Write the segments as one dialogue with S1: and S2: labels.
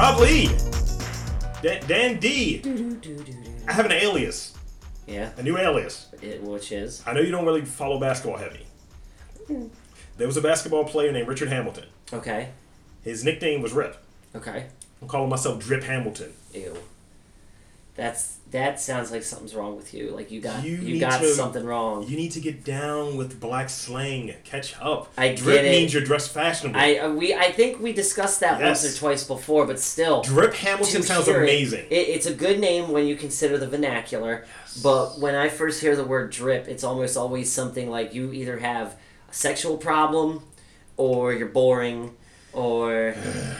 S1: Ali! Dan, Dan D! I have an alias,
S2: Yeah,
S1: a new alias.
S2: it, which is
S1: I know you don't really follow basketball heavy. There was a basketball player named Richard Hamilton.
S2: okay.
S1: His nickname was Rip.
S2: Okay.
S1: I'm calling myself Drip Hamilton.
S2: Ew. That's that sounds like something's wrong with you. Like you got
S1: You
S2: you,
S1: need
S2: got
S1: to-
S2: something wrong.
S1: You need to get down with black slang. Catch up.
S2: I get
S1: Drip
S2: it.
S1: means you're dressed fashionable.
S2: I uh, we I think we discussed that
S1: Yes.
S2: once or twice before, but still.
S1: Drip
S2: to
S1: Hamilton sounds
S2: hear it-
S1: amazing.
S2: It, it's a good name when you consider the vernacular, but when I first hear the word drip, it's almost always something like you either have a sexual problem, or you're boring, or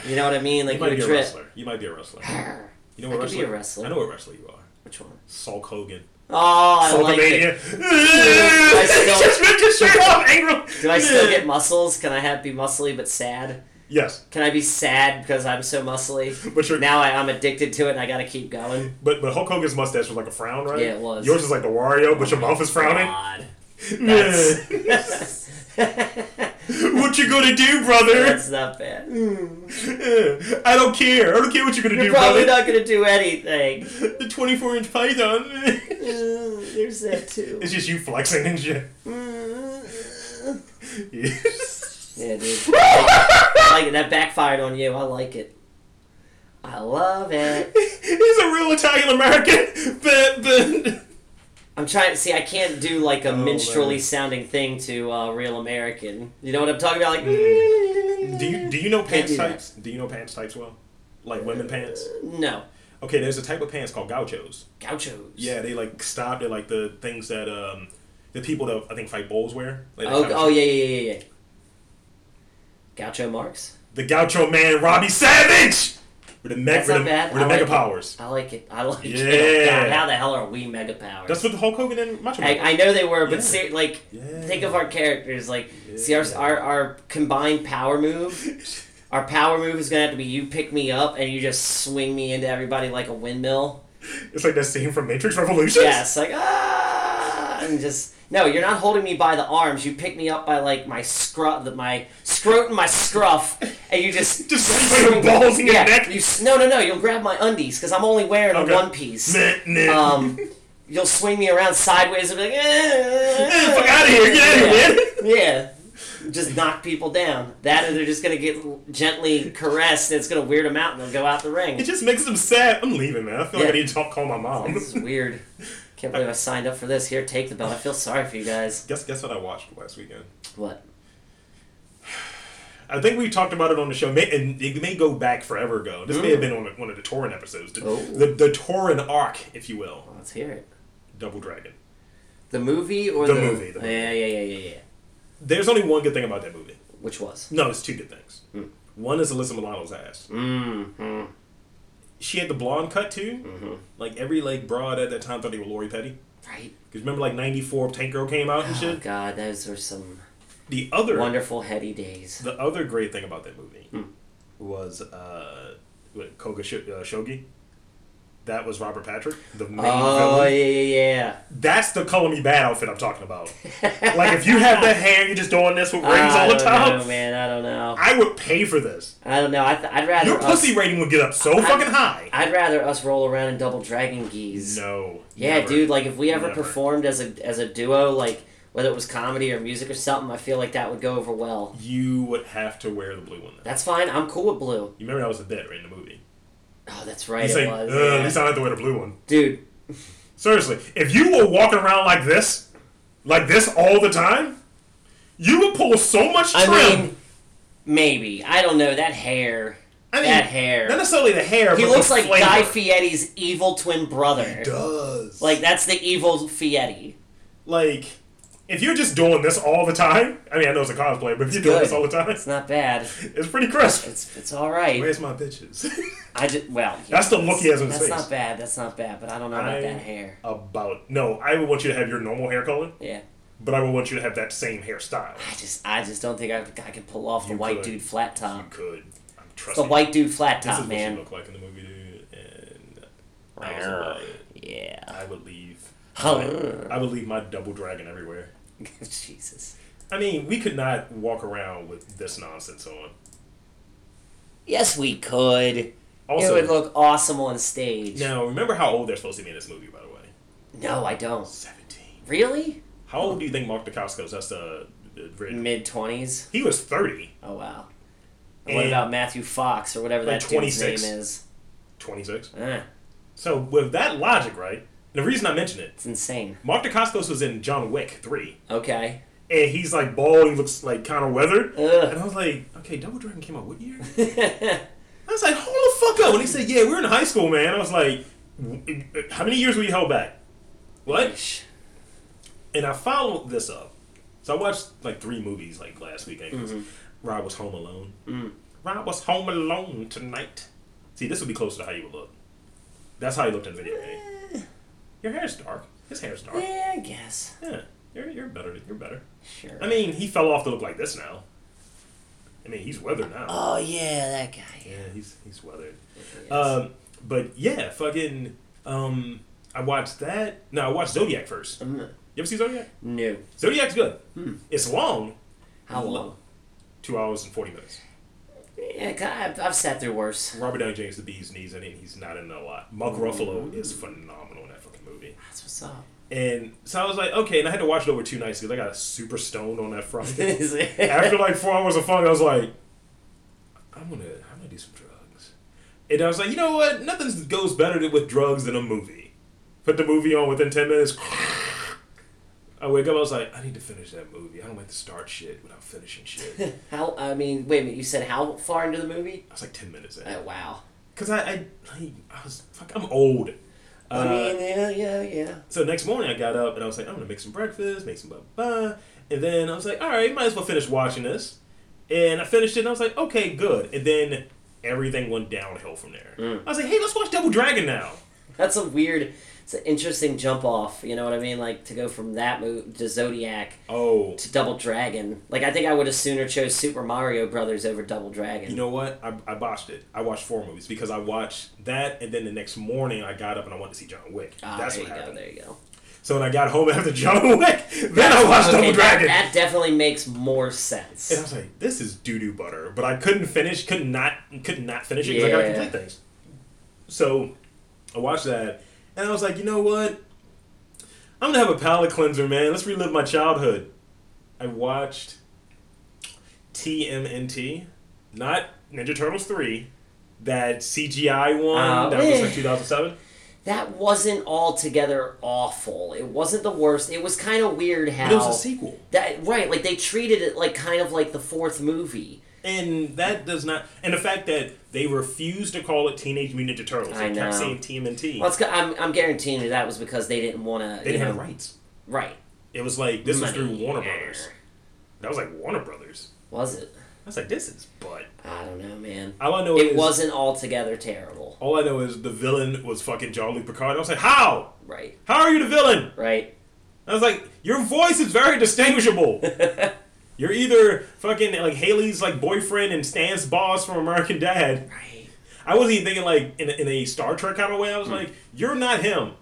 S2: you know what I mean. Like
S1: you might
S2: you're
S1: be a
S2: drip.
S1: wrestler. You might be a wrestler. You know
S2: I
S1: what
S2: could be
S1: wrestler?
S2: a wrestler.
S1: I know what wrestler you are.
S2: Which one?
S1: Saul Hogan.
S2: Oh, I like it.
S1: Hulkamania. I
S2: still-
S1: just ripped his shirt off. Angry.
S2: Do I still get muscles? Can I have be muscly but sad?
S1: Yes,
S2: Can I be sad because I'm so muscly?
S1: but your
S2: Now I, I'm addicted to it and I gotta keep going.
S1: but but Hulk Hogan's mustache was like a frown, right?
S2: Yeah, it was.
S1: Yours is like the Wario, but your mouth is frowning.
S2: God. That's,
S1: what you gonna do, brother?
S2: that's not bad.
S1: I don't care. I don't care what you're gonna
S2: You're
S1: do, brother.
S2: probably not gonna do anything.
S1: The 24 inch python.
S2: Mm, There's that too.
S1: it's just you flexing and shit.
S2: Mm.
S1: Yes.
S2: Yeah, dude. I like it. That backfired on you. I like it. I love it.
S1: He's a real Italian American, but but
S2: I'm trying. See, I can't do like a
S1: Oh,
S2: minstrelly
S1: man.
S2: sounding thing to uh, real American. You know what I'm talking about? Like,
S1: Mm. Do you do you know pants
S2: do that.
S1: types? Do you know pants types well? Like women pants?
S2: no
S1: Okay, there's a type of pants called gauchos.
S2: gauchos.
S1: Yeah, they like stop. They're like the things that um the people that I think fight bulls wear. Like, that
S2: Oh,
S1: kind of
S2: oh
S1: shit.
S2: yeah, yeah, yeah, yeah. Gaucho Marx.
S1: The gaucho man, Robbie Savage. With the me-
S2: That's
S1: with the,
S2: not bad.
S1: with the
S2: I
S1: mega
S2: like it.
S1: powers.
S2: I like it. I like it.
S1: Yeah.
S2: God, how the hell are we mega powers?
S1: That's what the Hulk Hogan and Macho Man.
S2: I, I know they were, but
S1: Yeah.
S2: ser- like,
S1: Yeah.
S2: think of our characters. Like, see our, our our combined power move. Our power move is gonna have to be you pick me up and you just swing me into everybody like a windmill.
S1: It's like that scene from Matrix Revolutions.
S2: Yes, like ah, and just no, you're not holding me by the arms. You pick me up by like my scruff, my scrotum, my scruff, and you just
S1: Just swing your balls in your
S2: yeah,
S1: neck.
S2: You, s- no, no, no. You'll grab my undies because I'm only wearing
S1: Okay.
S2: a one piece.
S1: Nah, nah.
S2: Um, you'll swing me around sideways and be like,
S1: Eh,
S2: eh,
S1: fuck outta here. Get outta here,
S2: yeah. yeah. Just knock people down. That or they're just gonna get l- gently caressed. and It's gonna weird them out, and they'll go out the
S1: It
S2: ring.
S1: just makes them sad. I'm leaving, man. I feel like I
S2: Yeah.
S1: need to talk, call my mom.
S2: This is weird. Can't believe I signed up for this. Here, take the belt. I feel sorry for you guys.
S1: guess guess what I watched last weekend.
S2: What?
S1: I think we talked about it on the show, may- and it may go back forever ago. This may have been on one of the Torin episodes, the,
S2: Mm. Oh.
S1: the the Torin arc, if you will.
S2: Let's hear it.
S1: Double Dragon.
S2: The movie or
S1: The
S2: the,
S1: movie, the movie.
S2: Yeah, yeah, yeah, yeah, yeah.
S1: There's only one good thing about that movie.
S2: Which was?
S1: No, it's two good things. One is Alyssa Milano's ass.
S2: Hmm. Mm-hmm.
S1: She had the blonde cut too. Like every like broad at that time thought they were Lori Petty.
S2: Right.
S1: Because remember like '94 Tank Girl came out and
S2: Oh
S1: shit.
S2: God, those were some
S1: The other
S2: wonderful heady days.
S1: the other great thing about that movie
S2: Hmm.
S1: was uh, what, Koga Sh- uh, Shogi. That was Robert Patrick, the main
S2: Oh
S1: villain.
S2: yeah, yeah, yeah.
S1: That's the color me bad outfit I'm talking about. like if you have that hair, you're just doing this with rings
S2: I
S1: all the
S2: don't
S1: time.
S2: know, man. I don't know.
S1: I would pay for this.
S2: I don't know. I th- I'd rather
S1: Your
S2: us,
S1: pussy rating would get up so
S2: I-
S1: fucking high.
S2: I'd rather us roll around in double dragon geese.
S1: no.
S2: yeah,
S1: never.
S2: dude. Like if we ever
S1: Never.
S2: performed as a as a duo, like whether it was comedy or music or something, I feel like that would go over well.
S1: You would have to wear the blue one. Then.
S2: That's fine. I'm cool with blue.
S1: You remember that was a bit right in the movie.
S2: Oh, that's right.
S1: You
S2: it
S1: say,
S2: was.
S1: "Ugh,
S2: yeah.
S1: at least I don't have to wear the blue one.
S2: Dude,
S1: Seriously, if you were walking around like this, like this all the time, you would pull so much trim.
S2: I mean, maybe I don't know that hair.
S1: I mean,
S2: that hair.
S1: Not necessarily the hair.
S2: He
S1: but
S2: looks
S1: the
S2: like
S1: flavor.
S2: Guy Fieri's evil twin brother.
S1: Does
S2: Like that's the evil Fieri.
S1: like if you're just doing this all the time, I mean, I know it's a cosplay, but if you're doing
S2: good.
S1: this all the time,
S2: It's not bad.
S1: it's pretty crisp.
S2: It's it's all right.
S1: Where's my bitches?
S2: I just well. yeah,
S1: That's the look he has on his
S2: That's
S1: face.
S2: not bad. That's not bad. But I don't know about
S1: I-
S2: that hair.
S1: About no, I would want you to have your normal hair color,
S2: Yeah.
S1: but I would want you to have that same hairstyle.
S2: I just I just don't think I, I can pull off the
S1: You
S2: white
S1: could.
S2: dude flat
S1: You
S2: top.
S1: could. I'm
S2: Um, It's the
S1: trusting.
S2: white dude flat
S1: This
S2: top,
S1: is what she
S2: man.
S1: looked like in the movie, dude. And I was about it.
S2: Yeah.
S1: I would leave.
S2: Arr.
S1: I would leave my double dragon everywhere.
S2: Jesus.
S1: I mean, we could not walk around with this nonsense on.
S2: Yes, we could.
S1: Also,
S2: it would look awesome on stage.
S1: now remember how old they're supposed to be in this movie, by the way.
S2: No, I don't.
S1: Seventeen.
S2: Really?
S1: How old do you think Mark Dacascos has to uh, written?
S2: Mid twenties.
S1: He was thirty.
S2: Oh wow. And what
S1: And-
S2: about Matthew Fox or whatever
S1: Like
S2: that dude's
S1: 26.
S2: name is?
S1: 26.
S2: Ah,
S1: So with that logic, right? The reason I mention it,
S2: it's insane.
S1: Mark Dacascos was in John Wick 3,
S2: Okay.
S1: and he's like bald, he looks like kind of weathered.
S2: Ugh.
S1: And I was like, okay, Double Dragon came out what year?
S2: Eh,
S1: I was like, hold the fuck up. And he said, yeah, we were in high school, man. I was like, w- uh, how many years were you held back? What?
S2: Yeesh.
S1: And I followed this up. So I watched like three movies like last week. I think it was Rob was home alone.
S2: Mm.
S1: Rob was home alone tonight. See, this would be closer to how you would look. That's how you looked in the video game.
S2: Eh,
S1: Your hair's dark. His hair's dark.
S2: yeah, eh, I guess.
S1: Yeah, you're, you're better. You're better.
S2: Sure.
S1: I mean, he fell off to look like this now. I mean, he's weathered now.
S2: oh yeah, that guy.
S1: Yeah, he's he's weathered.
S2: Yes.
S1: Um, but yeah, fucking. Um, I watched that. No, I watched Zodiac first.
S2: Mm,
S1: You ever see Zodiac?
S2: no.
S1: Zodiac's good.
S2: Hmm.
S1: It's long,
S2: How long?
S1: two hours and forty minutes.
S2: Yeah, 'cause I've, I've sat through worse.
S1: Robert Downey Jr. is the bee's knees, and he's not in it a lot. Mark
S2: Hmm.
S1: Ruffalo is phenomenal in that fucking movie.
S2: That's what's up.
S1: And so I was like, okay, and I had to watch it over two nights because I got super stoned on that Friday.
S2: Is it-
S1: after like four hours of fun, I was like, I'm gonna, I'm gonna do some drugs. And I was like, you know what? Nothing goes better than- with drugs than a movie. Put the movie on within ten minutes. I wake up. I was like, I need to finish that movie. I don't like to start shit without finishing shit.
S2: how? I mean, wait a minute. You said how far into the movie?
S1: I was like ten minutes in
S2: Oh, wow.
S1: because I, I, I, I was fuck. I'm old.
S2: I
S1: Uh,
S2: mean, yeah, yeah, yeah.
S1: So next morning I got up and I was like, I'm gonna make some breakfast, make some blah blah. blah. And then I was like, all right, might as well finish watching this. And I finished it and I was like, okay, good. And then everything went downhill from there.
S2: Mm.
S1: I was like, hey, let's watch Double Dragon now.
S2: That's a weird. It's an interesting jump off. You know what I mean? Like to go from that move to Zodiac
S1: Oh,
S2: to Double Dragon. Like I think I would have sooner chose Super Mario Brothers over Double Dragon.
S1: you know what? I, I botched it. I watched four movies because I watched that and then the next morning I got up and I went to see John Wick.
S2: Ah,
S1: That's
S2: there
S1: what
S2: you
S1: happened.
S2: go. There you go.
S1: So when I got home after John Wick, then I watched
S2: Okay,
S1: Double
S2: that-
S1: Dragon.
S2: That, definitely makes more
S1: And I
S2: sense.
S1: was like, this is doo doo butter. But I couldn't finish, could not, could not finish it because I gotta
S2: Yeah.
S1: complete things. So I watched that and I was like, you know what? I'm gonna have a palate cleanser, man. Let's relive my childhood. I watched TMNT, not Ninja Turtles 3, that CGI one
S2: Oh,
S1: that was
S2: eh.
S1: like 2007.
S2: That wasn't altogether awful. It wasn't the worst. It was kind of weird how
S1: But it was a sequel.
S2: that right. Like they treated it like kind of like the fourth movie.
S1: And that does not, and the fact that they refused to call it Teenage Mutant Ninja Turtles,
S2: I
S1: they kept
S2: know.
S1: saying TMNT.
S2: Well, it's, go- I'm I'm guaranteeing you that was because they didn't want to.
S1: they didn't
S2: know,
S1: have the rights.
S2: Right.
S1: It was like this was through
S2: Money.
S1: Warner Brothers. That was like Warner Brothers.
S2: Was it?
S1: I was like, this is butt.
S2: I don't know, man.
S1: All I know
S2: It
S1: is
S2: wasn't altogether terrible.
S1: all I know is the villain was fucking John Luke Picard. I was like, how?
S2: Right.
S1: How are you the villain?
S2: Right.
S1: I was like, your voice is very distinguishable. You're either fucking like Haley's like boyfriend and Stan's boss from American Dad.
S2: Right.
S1: I wasn't even thinking like in a, in a Star Trek kind of way. I
S2: Hmm.
S1: was like, you're not him.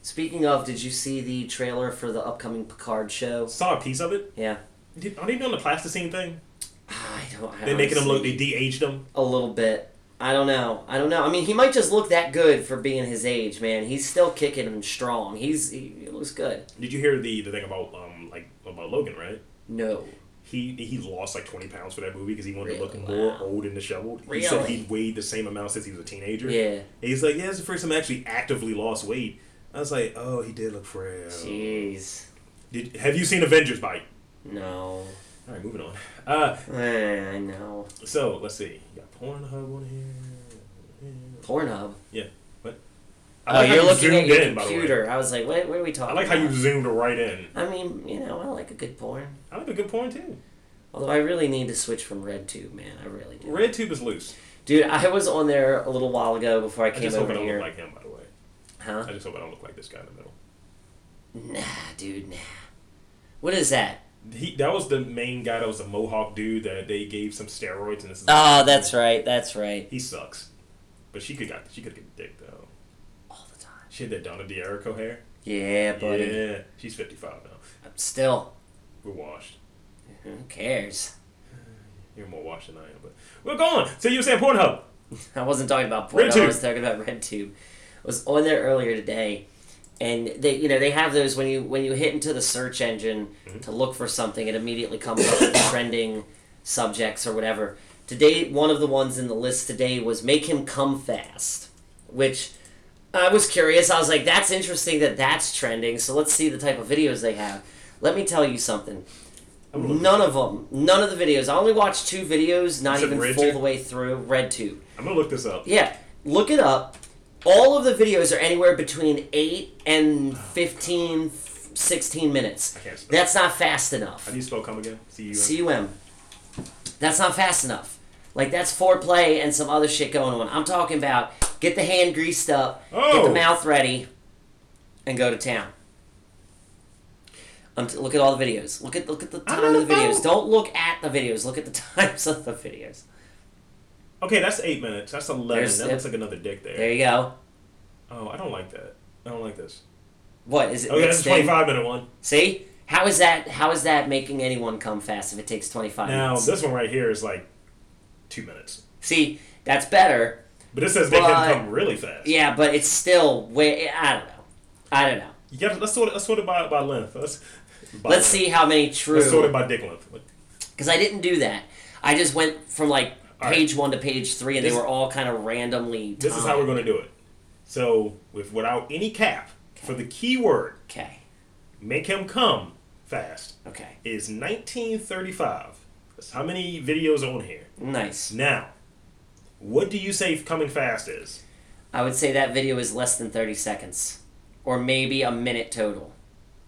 S2: Speaking of, did you see the trailer for the upcoming Picard show?
S1: Saw a piece of it.
S2: Yeah.
S1: Did, are they doing the plasticine thing?
S2: I don't. I
S1: They making him
S2: honestly-
S1: look. They de-aged him.
S2: a little bit. I don't know. I don't know. I mean, he might just look that good for being his age, man. He's still kicking and strong. He's he, he looks good.
S1: Did you hear the the thing about um like about Logan right?
S2: No.
S1: he he lost like 20 pounds for that movie because he wanted to look
S2: Really?
S1: more
S2: Wow.
S1: old and disheveled. He said
S2: Really?
S1: he weighed the same amount since he was a teenager.
S2: Yeah.
S1: And he's like, yeah, it's the first time I actually actively lost weight. I was like, oh, he did look frail.
S2: Jeez.
S1: Did, have you seen Avengers Bite?
S2: No.
S1: All right, moving on. Uh,
S2: Eh, I know.
S1: so let's see. You got Pornhub on here.
S2: Pornhub.
S1: I
S2: oh,
S1: like how
S2: you're
S1: you
S2: looking at
S1: zoomed
S2: your
S1: in, by the way.
S2: computer. I was like, what, what are we
S1: I
S2: talking
S1: like how you
S2: about?
S1: zoomed right in.
S2: I mean, you know, I like a good porn.
S1: I like a good porn too.
S2: Although I really need to switch from RedTube, man. I really do.
S1: RedTube is loose.
S2: Dude, I was on there a little while ago before I
S1: I
S2: came
S1: just hope I
S2: over
S1: don't
S2: here.
S1: look like him, by the way.
S2: huh?
S1: I just hope I don't look like this guy in the middle.
S2: Nah, dude, nah. What is that?
S1: He, that was the main guy that was a mohawk dude that they gave some steroids and this is
S2: Oh, that's right. That's right.
S1: He sucks. But she could got she could get dick though.
S2: All the time.
S1: She had that Donna D'Erico hair. Oh,
S2: Yeah, buddy.
S1: Yeah, she's fifty five now.
S2: Still,
S1: We're washed.
S2: who cares?
S1: You're more washed than I am, but we're going. So you were saying Pornhub?
S2: I wasn't talking about porn. I
S1: RedTube.
S2: was talking about RedTube. I was on there earlier today, and they you know they have those when you when you hit into the search engine
S1: Mm-hmm.
S2: to look for something, it immediately comes up with trending subjects or whatever. Today, one of the ones in the list today was "Make Him Come Fast," which I was curious. I was like, "That's interesting that that's trending." So let's see the type of videos they have. Let me tell you something.
S1: I'm gonna look-
S2: None of them. None of the videos. I only watched two videos, not
S1: Is it
S2: even
S1: Red
S2: full
S1: Tube?
S2: the way through. Red Tube.
S1: I'm gonna look this up.
S2: Yeah, look it up. All of the videos are anywhere between 8 and 15, 16 minutes.
S1: I can't spell.
S2: That's not fast enough.
S1: How do you spell come again? C U.
S2: C U M. That's not fast enough. Like, that's foreplay and some other shit going on. I'm talking about get the hand greased up, get
S1: Oh.
S2: the mouth ready, and go to town. Um, t- look at all the videos. Look at look at the time of the
S1: don't know.
S2: videos. Don't look at the videos. Look at the times of the videos.
S1: Okay, that's eight minutes. That's eleven.
S2: There's-
S1: that looks like another dick there.
S2: There you go.
S1: Oh, I don't like that. I don't like this.
S2: What is it?
S1: Okay, that's
S2: mixed
S1: a
S2: in?
S1: twenty-five minute one.
S2: See? How is that how is that making anyone come fast if it takes 25
S1: Now
S2: minutes?
S1: this one right here is like two minutes,
S2: See, that's better.
S1: but it says they
S2: But-
S1: can come really fast.
S2: Yeah, but it's still way I don't know. I don't know.
S1: You gotta, let's sort it. Let's sort it by, by length. Let's. by
S2: Let's
S1: length.
S2: see how many
S1: Let's sort it
S2: true
S1: by dick length. Like,
S2: cuz I didn't do that. I just went from like
S1: All right.
S2: page 1 to page 3 and they
S1: This-
S2: were all kind of randomly
S1: This is how we're gonna do it. So with without any cap for the keyword,
S2: Okay.
S1: make him come fast
S2: Okay.
S1: is 1935. That's how many videos on here.
S2: Nice.
S1: Now, what do you say coming fast is?
S2: I would say that video is less than 30 seconds or maybe a minute total.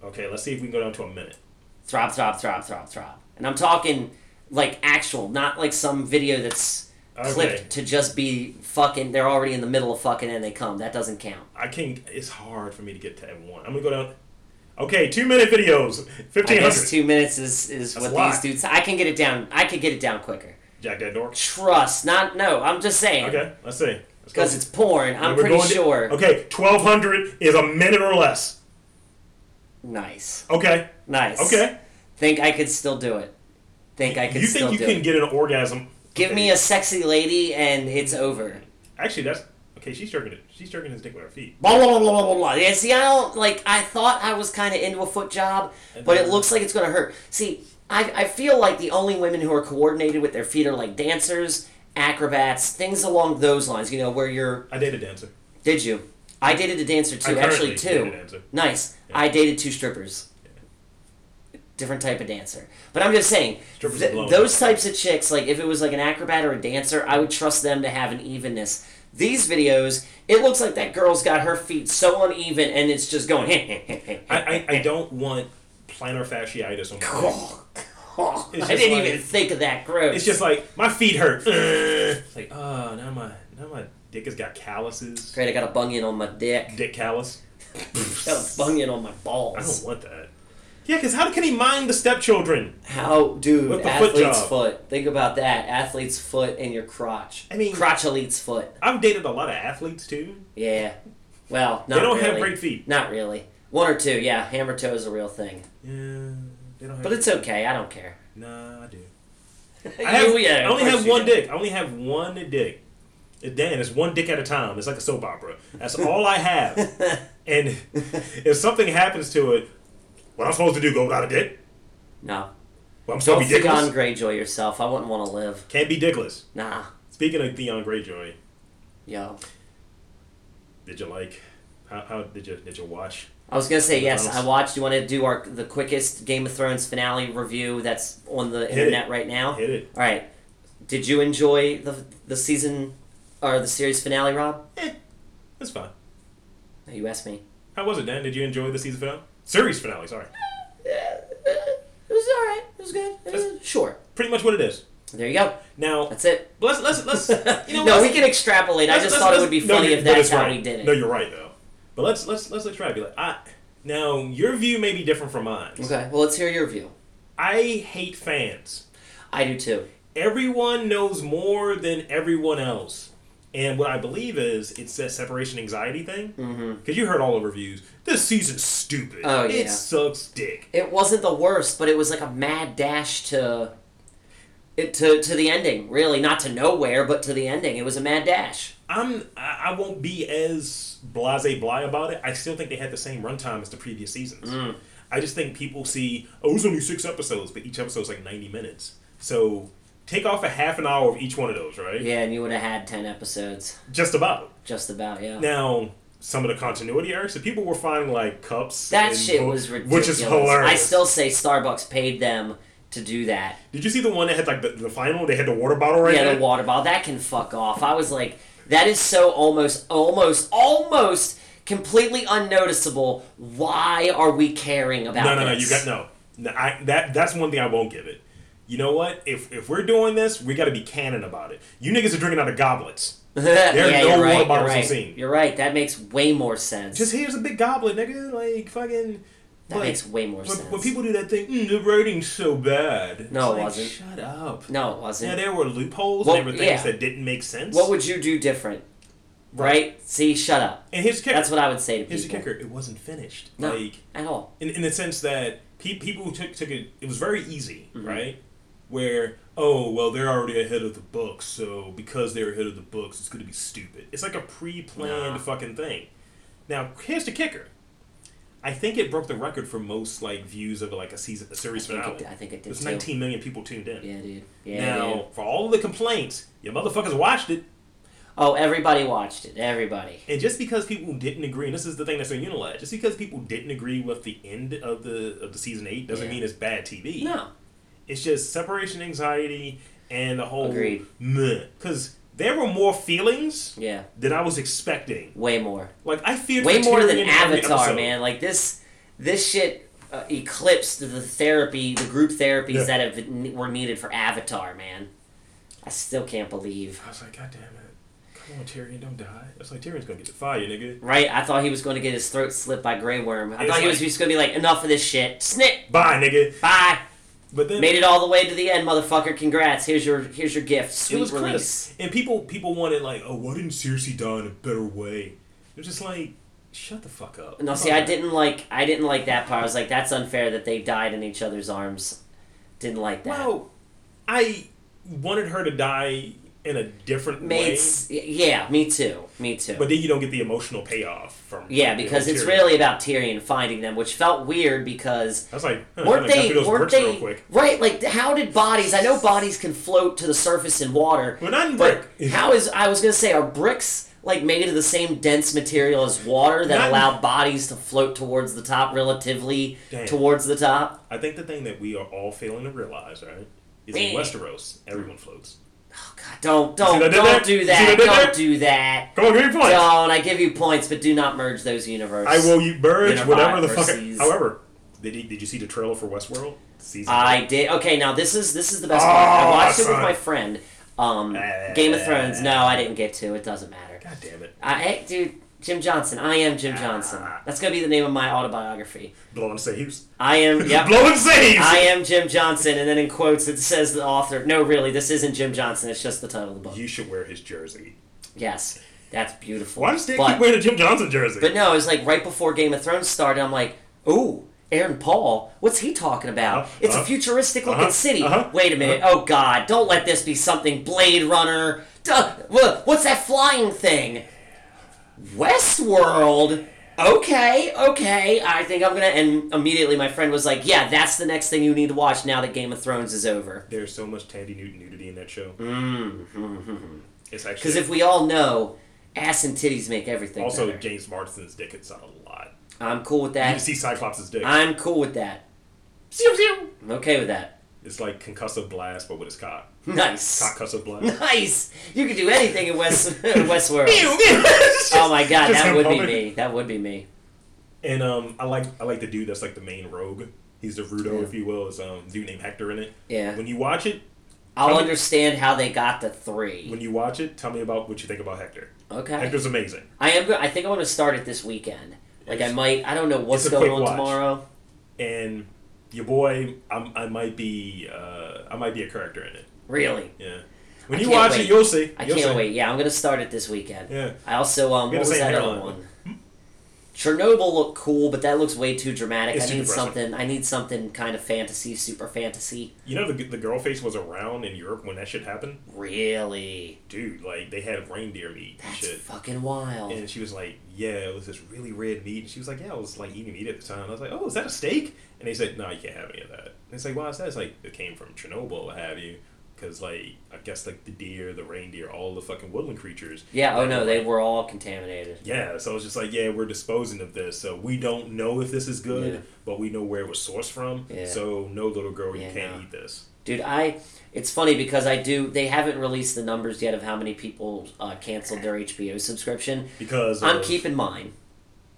S1: Okay, let's see if we can go down to a minute.
S2: throb, throb, throb, throb, throb. And I'm talking like actual, not like some video that's
S1: Okay.
S2: clipped to just be fucking. They're already in the middle of fucking and they come. That doesn't count.
S1: I can. It's hard for me to get to everyone. I'm gonna go down. Okay, two minute videos,
S2: I
S1: fifteen
S2: guess
S1: hundred.
S2: two minutes is is
S1: That's a
S2: what these
S1: lot.
S2: dudes. I can get it down. I could get it down quicker.
S1: Jack that door.
S2: Trust, not no. I'm just saying
S1: Okay, let's see. Let's go.
S2: because it's porn. I'm
S1: And we're
S2: pretty
S1: going to-
S2: sure.
S1: okay, twelve hundred is a minute or less.
S2: Nice,
S1: Okay,
S2: nice.
S1: okay.
S2: Think I could still do it. Think I could
S1: you
S2: still
S1: think you
S2: do
S1: can
S2: it.
S1: get an orgasm?
S2: Give me a sexy lady and it's over.
S1: Actually, that's okay. She's jerking it. She's jerking his dick with her feet.
S2: blah blah blah blah blah blah. Yeah, see, I don't like. I thought I was kind of into a foot job, but it looks like it's gonna hurt. See, I I feel like the only women who are coordinated with their feet are like dancers, acrobats, things along those lines. You know, where you're.
S1: I dated a dancer.
S2: Did you? I dated a dancer
S1: I
S2: too.
S1: currently
S2: Actually,
S1: dated a
S2: two.
S1: dancer.
S2: Nice. I dated two strippers. Different type of dancer, but I'm just saying
S1: Strippers
S2: th-
S1: alone.
S2: those types of chicks. Like if it was like an acrobat or a dancer, I would trust them to have an evenness. These videos, it looks like that girl's got her feet so uneven, and it's just going.
S1: I, I, I don't want plantar fasciitis on my leg.
S2: Oh, God.
S1: It's
S2: I
S1: just
S2: didn't
S1: like-
S2: even think of that. Gross.
S1: It's just like my feet hurt. It's like oh now my now my dick has got calluses.
S2: great. I got a bunion on my dick.
S1: Dick callus.
S2: Got a bunion on my
S1: I don't
S2: balls.
S1: want that. Yeah, because how can he mind the stepchildren?
S2: How, dude?
S1: With the foot
S2: athlete's
S1: job.
S2: foot. Think about that. Athlete's foot and your crotch.
S1: I mean-
S2: crotch elite's foot.
S1: I've dated a lot of athletes too.
S2: Yeah. Well, not
S1: They don't
S2: really.
S1: have great feet.
S2: Not really. One or two, yeah. Hammer toe is a real thing,
S1: Yeah, they don't have.
S2: but it's okay. I don't care.
S1: nah, I do.
S2: You-
S1: I, have,
S2: yeah,
S1: I
S2: of
S1: only
S2: course
S1: have
S2: you
S1: one
S2: do.
S1: dick. I only have one dick. Uh, Dan, it's one dick at a time. It's like a soap opera. That's all I have. and if something happens to it, what I'm supposed to do? Go without a dick?
S2: No,
S1: Well, I'm
S2: don't
S1: supposed to be
S2: Theon
S1: dickless.
S2: Greyjoy yourself. I wouldn't want to live.
S1: Can't be dickless.
S2: Nah,
S1: Speaking of Theon Greyjoy,
S2: yo.
S1: did you like? How, how did you did you watch?
S2: I was gonna say
S1: Anything
S2: yes.
S1: else?
S2: I watched. You want to do our the quickest Game of Thrones finale review that's on the
S1: Hit
S2: internet
S1: it.
S2: right now?
S1: Hit it.
S2: All right. Did you enjoy the the season or the series finale, Rob?
S1: Eh, it's fine.
S2: You asked me.
S1: How was it, Dan? Did you enjoy the season finale? Series finale. Sorry.
S2: Uh, It was all right. It was good.
S1: That's-
S2: sure.
S1: Pretty much what it is.
S2: There you go.
S1: Now
S2: That's it.
S1: let's let's let's. You know
S2: no,
S1: what?
S2: we can extrapolate. I
S1: Let's-
S2: just
S1: let's-
S2: thought it
S1: let's-
S2: would be
S1: no,
S2: funny
S1: you-
S2: if
S1: but
S2: that's
S1: it's
S2: how
S1: right.
S2: we did it.
S1: No, you're right though. But let's let's let's extrapolate. I now your view may be different from mine.
S2: okay, well, let's hear your view.
S1: I hate fans.
S2: I do too.
S1: Everyone knows more than everyone else. And what I believe is it's that separation anxiety thing. Because you heard all the reviews. This season's stupid.
S2: Mm-hmm. Oh, yeah.
S1: It sucks dick.
S2: It wasn't the worst, but it was like a mad dash to it, to to the ending. Really, not to nowhere, but to the ending. It was a mad dash.
S1: I'm I I won't be as blase blah about it. I still think they had the same runtime as the previous seasons.
S2: Mm.
S1: I just think people see oh it's only six episodes, but each episode's like ninety minutes. So take off a half an hour of each one of those, right?
S2: Yeah, and you would have had ten episodes,
S1: Just about.
S2: just about. Yeah.
S1: Now some of the continuity errors, so people were finding like cups.
S2: That
S1: and
S2: shit
S1: bo-
S2: was
S1: Which
S2: ridiculous.
S1: is hilarious.
S2: I still say Starbucks paid them to do that.
S1: Did you see the one that had like the, the final? They had the water bottle right
S2: yeah,
S1: there?
S2: the water bottle that can fuck off. I was like, that is so almost, almost, almost completely unnoticeable. Why are we caring about
S1: No, no, no. You
S2: this?
S1: got no. no I, that that's one thing I won't give it. You know what? If if we're doing this, we got to be canon about it. You niggas are drinking out of goblets. are
S2: yeah,
S1: no
S2: you're
S1: water bottles
S2: right, you're
S1: in
S2: right.
S1: scene.
S2: You're right. That makes way more sense.
S1: Just here's a big goblet, nigga. Like fucking.
S2: that
S1: like,
S2: makes way more
S1: when,
S2: sense.
S1: when people do that thing, mm, the rating's so bad.
S2: No, it
S1: It's like,
S2: wasn't.
S1: Shut up.
S2: no, it wasn't.
S1: Yeah, there were loopholes
S2: Well,
S1: and there were things
S2: yeah.
S1: that didn't make sense.
S2: what would you do different? Right? See, shut up.
S1: and here's the kicker.
S2: That's what I would say to people.
S1: here's the kicker. It wasn't finished.
S2: No,
S1: Like
S2: at all.
S1: in, in the sense that pe- people who took took it. It was very easy,
S2: Mm-hmm.
S1: right? Where oh well, they're already ahead of the books, so because they're ahead of the books, it's going to be stupid. It's like a pre-planned
S2: Nah.
S1: fucking thing. Now here's the kicker. I think it broke the record for most like views of like a season, a
S2: I
S1: series
S2: think,
S1: finale.
S2: it, I think it did
S1: There's
S2: too.
S1: 19 million people tuned in.
S2: Yeah, dude. Yeah,
S1: now
S2: dude.
S1: for all of the complaints, your motherfuckers watched it,
S2: Oh, everybody watched it. Everybody.
S1: and just because people didn't agree, and this is the thing that's in Unilad, just because people didn't agree with the end of the of the season eight doesn't
S2: Yeah.
S1: mean it's bad TV.
S2: No.
S1: It's just separation anxiety and the whole
S2: Agreed.
S1: Because there were more feelings
S2: Yeah.
S1: than I was expecting.
S2: Way more.
S1: Like I feared
S2: Way
S1: for
S2: more
S1: Tyrion
S2: than
S1: in every
S2: Avatar,
S1: episode.
S2: man. Like this, this shit uh, eclipsed the therapy, the group therapies
S1: Yeah.
S2: that have were needed for Avatar, man. I still can't believe.
S1: I was like, God damn it! Come on, Tyrion, don't die. That's like Tyrion's gonna get the fire, nigga.
S2: Right? I thought he was going to get his throat slit by Grey Worm. I
S1: It's
S2: thought he was
S1: like-
S2: just going to be like, enough of this shit. Snip.
S1: Bye, nigga.
S2: Bye.
S1: But then
S2: Made it all the way to the end, motherfucker. Congrats. Here's your here's your gift. Sweet
S1: it was
S2: release.
S1: Chris. And people people wanted like, oh, why didn't Cersei die in a better way? They're just like, shut the fuck up.
S2: No, see, I didn't like. I didn't like that part. I was like, that's unfair that they died in each other's arms. Didn't like that.
S1: Well, I wanted her to die in a different way,
S2: Mates, yeah, me too. Me too.
S1: but then you don't get the emotional payoff from
S2: yeah,
S1: the
S2: because
S1: whole
S2: it's
S1: Tyrion.
S2: really about Tyrion finding them, which felt weird because
S1: I was like, huh, kinda
S2: weren't
S1: got
S2: they
S1: through those
S2: weren't
S1: bricks
S2: they
S1: real quick.
S2: right? Like, how did bodies? I know bodies can float to the surface in water,
S1: Well, not in
S2: but
S1: brick.
S2: how is I was gonna say are bricks like made of the same dense material as water that
S1: Not in-
S2: allow bodies to float towards the top relatively
S1: Damn.
S2: towards the top?
S1: I think the thing that we are all failing to realize, right, is in
S2: Man.
S1: Westeros, everyone floats.
S2: Oh, God, don't don't
S1: what I
S2: don't
S1: did there? See what I
S2: do that!
S1: did
S2: Don't
S1: there?
S2: do that!
S1: Come on, give me points.
S2: Don't! I give you points, but do not merge those universes.
S1: I will you merge
S2: Unified
S1: whatever the fuck.
S2: versus-
S1: However, did you, did you see the trailer for Westworld season?
S2: I
S1: eight?
S2: did. Okay, now this is this is the best
S1: Oh,
S2: part. I watched it with
S1: son.
S2: my friend. Um,
S1: Eh.
S2: Game of Thrones. No, I didn't get to. It doesn't matter.
S1: God damn it!
S2: I, hey, dude, Jim Johnson. I am Jim Johnson.
S1: Ah.
S2: That's gonna be the name of my autobiography.
S1: Blowing saves.
S2: I am. Yep.
S1: Blowing saves.
S2: I am Jim Johnson, and then in quotes it says the author. No, really, this isn't Jim Johnson. It's just the title of the book.
S1: You should wear his jersey.
S2: Yes, that's beautiful.
S1: Why does Stan
S2: But-
S1: keep wearing a Jim Johnson jersey?
S2: But no, it was like right before Game of Thrones started. I'm like, ooh, Aaron Paul, what's he talking about?
S1: Uh,
S2: it's a
S1: uh,
S2: futuristic looking
S1: uh-huh,
S2: city.
S1: uh-huh,
S2: Wait a minute. Oh God, don't let this be something Blade Runner. Duh, wha- what's that flying thing? Westworld. Okay, okay. I think I'm gonna. And immediately, my friend was like, "Yeah, that's the next thing you need to watch now that Game of Thrones is over."
S1: There's so much Tandy Newton nudity in that show. It's actually
S2: Mm-hmm. Because if we all know, ass and titties make everything.
S1: also
S2: better.
S1: James Marsden's dick gets out a lot.
S2: I'm cool with
S1: You can
S2: that.
S1: see Cyclops' dick.
S2: I'm cool with that. I'm okay with that.
S1: It's like concussive blast, but with his cock.
S2: Nice.
S1: Cock cussive blast.
S2: Nice. You could do anything in West Westworld. Oh
S1: oh
S2: my god, that would be
S1: me.
S2: me. That would be me.
S1: And um, I like I like the dude that's like the main rogue. He's the Rudo,
S2: Yeah.
S1: if you will. Is um dude named Hector in it.
S2: Yeah.
S1: When you watch it,
S2: I'll
S1: mean-
S2: understand how they got the three.
S1: when you watch it, tell me about what you think about Hector.
S2: Okay.
S1: Hector's amazing.
S2: I am. go- I think I want to start it this weekend. Like I
S1: It's-
S2: might. I don't know what's
S1: it's a
S2: going
S1: quick
S2: on
S1: watch.
S2: tomorrow.
S1: And your boy, I'm, I might be uh, I might be a character in it.
S2: Really.
S1: Yeah. When
S2: I
S1: you
S2: can't
S1: watch
S2: wait.
S1: it, you'll see.
S2: I
S1: You'll
S2: can't
S1: see.
S2: wait. Yeah, I'm gonna start it this weekend.
S1: Yeah.
S2: I also um.
S1: We had
S2: What
S1: the
S2: was
S1: same
S2: that other
S1: hairline.
S2: one? Chernobyl looked cool, but that looks way too dramatic.
S1: It's
S2: I
S1: too
S2: need
S1: depressing.
S2: something. I need something kind of fantasy, super fantasy.
S1: You know the the girl face was around in Europe when that shit happened,
S2: Really,
S1: dude. Like they had reindeer meat and
S2: that's
S1: shit,
S2: fucking wild.
S1: and she was like, "Yeah, it was this really red meat." And she was like, "Yeah, I was like eating meat at the time." I was like, "Oh, is that a steak?" And they said, "No, you can't have any of that." And it's like, "Why is that?" It's like it came from Chernobyl, what have you? Because like I guess like the deer, the reindeer, all the fucking woodland creatures.
S2: yeah. Oh
S1: that
S2: no,
S1: were,
S2: they
S1: like-
S2: were all contaminated.
S1: Yeah, so it's just like, yeah, we're disposing of this, so we don't know if this is good,
S2: Yeah.
S1: but we know where it was sourced from.
S2: Yeah.
S1: So no, little girl, you
S2: Yeah,
S1: can't
S2: no.
S1: eat this.
S2: Dude, I. It's funny because I do. They haven't released the numbers yet of how many people uh, canceled their HBO subscription.
S1: Because
S2: I'm
S1: of-
S2: keeping mine.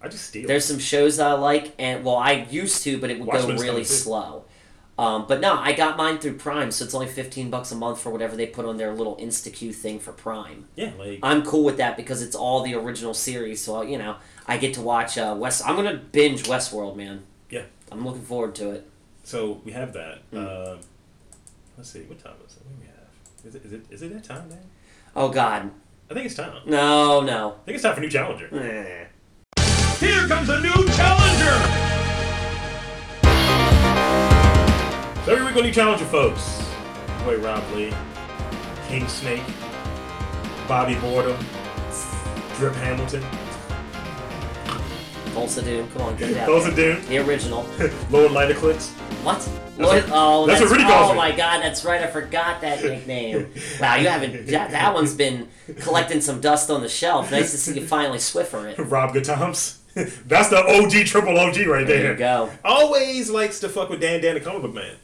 S1: I just steal.
S2: There's some shows that I like, and well, I used to, but it would
S1: Watchmen's
S2: go really
S1: coming too.
S2: slow. Um, but no, I got mine through Prime, so it's only fifteen bucks a month for whatever they put on their little InstaQ thing for Prime.
S1: yeah, like
S2: I'm cool with that because it's all the original series, so you know I get to watch uh, West. I'm gonna binge Westworld, man.
S1: Yeah.
S2: I'm looking forward to it.
S1: so we have that.
S2: Hmm.
S1: Um let's see, what time is it? What do we have? Is it is it is it that time now?
S2: Oh God,
S1: I think it's time.
S2: no, no.
S1: I think it's time for new challenger.
S2: Eh.
S1: Here comes a new challenger. So every week on new challenger, folks. Boy Rob Lee, King Snake, Bobby Boredom, Drip Hamilton,
S2: Tulsa Doom, come on, get it out.
S1: Those of
S2: there.
S1: Doom,
S2: The original.
S1: Lord Lightaclitz.
S2: What? Lloyd- oh,
S1: that's what
S2: that's,
S1: Rudy calls
S2: oh
S1: me.
S2: my God, that's right. I forgot that nickname. Wow, you haven't. That, that one's been collecting some dust on the shelf. Nice to see you finally Swiffer it.
S1: Rob Gatoms. That's the OG triple OG right
S2: There you go.
S1: Always likes to fuck with Dan Dan the comic book man.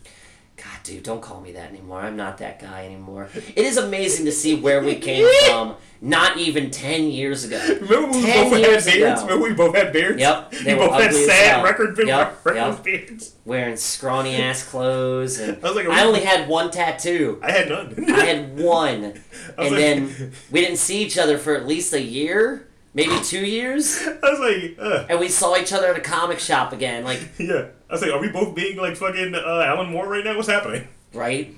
S2: God, dude, don't call me that anymore. I'm not that guy anymore. It is amazing to see where we came from. Not even ten years ago.
S1: Remember when we
S2: Ten
S1: both had
S2: years
S1: beards?
S2: ago.
S1: Remember when we both had beards?
S2: Yep,
S1: We
S2: they were
S1: both had
S2: ugly as
S1: sad
S2: hell.
S1: record
S2: Yep,
S1: reckless
S2: yep.
S1: beards.
S2: Wearing scrawny ass clothes, and
S1: I was like,
S2: I only had one tattoo.
S1: I had none.
S2: I had one, and
S1: was like-
S2: then we didn't see each other for at least a year, maybe two years.
S1: I was like, uh,
S2: and we saw each other at a comic shop again, like
S1: yeah. I was like, are we both being like fucking uh, Alan Moore right now? What's happening?
S2: right.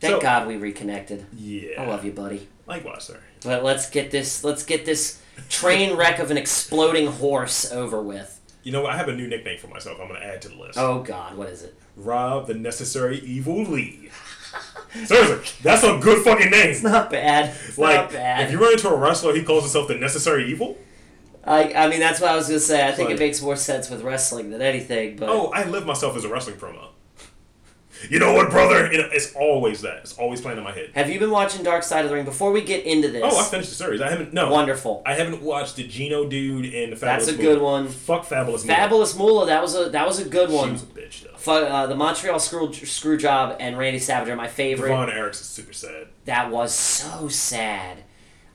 S2: Thank
S1: So-
S2: God we reconnected.
S1: Yeah.
S2: I love you, buddy.
S1: Likewise, sir.
S2: But let's get this let's get this train wreck of an exploding horse over with.
S1: You know what? I have a new nickname for myself. I'm gonna add to the list.
S2: Oh God, what is it?
S1: Rob the Necessary Evil Lee. Seriously, that's a good fucking name.
S2: Not bad. It's
S1: Like,
S2: not bad.
S1: if you run into a wrestler, he calls himself the necessary evil.
S2: I I mean that's what I was gonna say. I think
S1: Like-
S2: it makes more sense with wrestling than anything. But
S1: Oh, I live myself as a wrestling promo. You know what, brother? You know, it's always that. It's always playing in my head.
S2: have you been watching Dark Side of the Ring? Before we get into this,
S1: Oh, I finished the series. I haven't. No,
S2: wonderful.
S1: I haven't watched the Geno dude and the
S2: That's
S1: Fabulous.
S2: a
S1: Moolah.
S2: good one.
S1: Fuck Fabulous. Moolah.
S2: Fabulous Moolah, that was a that was a good
S1: She
S2: one.
S1: was a bitch though.
S2: Fu- uh, the Montreal Screw Screwjob and Randy Savage are my favorite.
S1: Devon Eric's is super sad.
S2: That was so sad.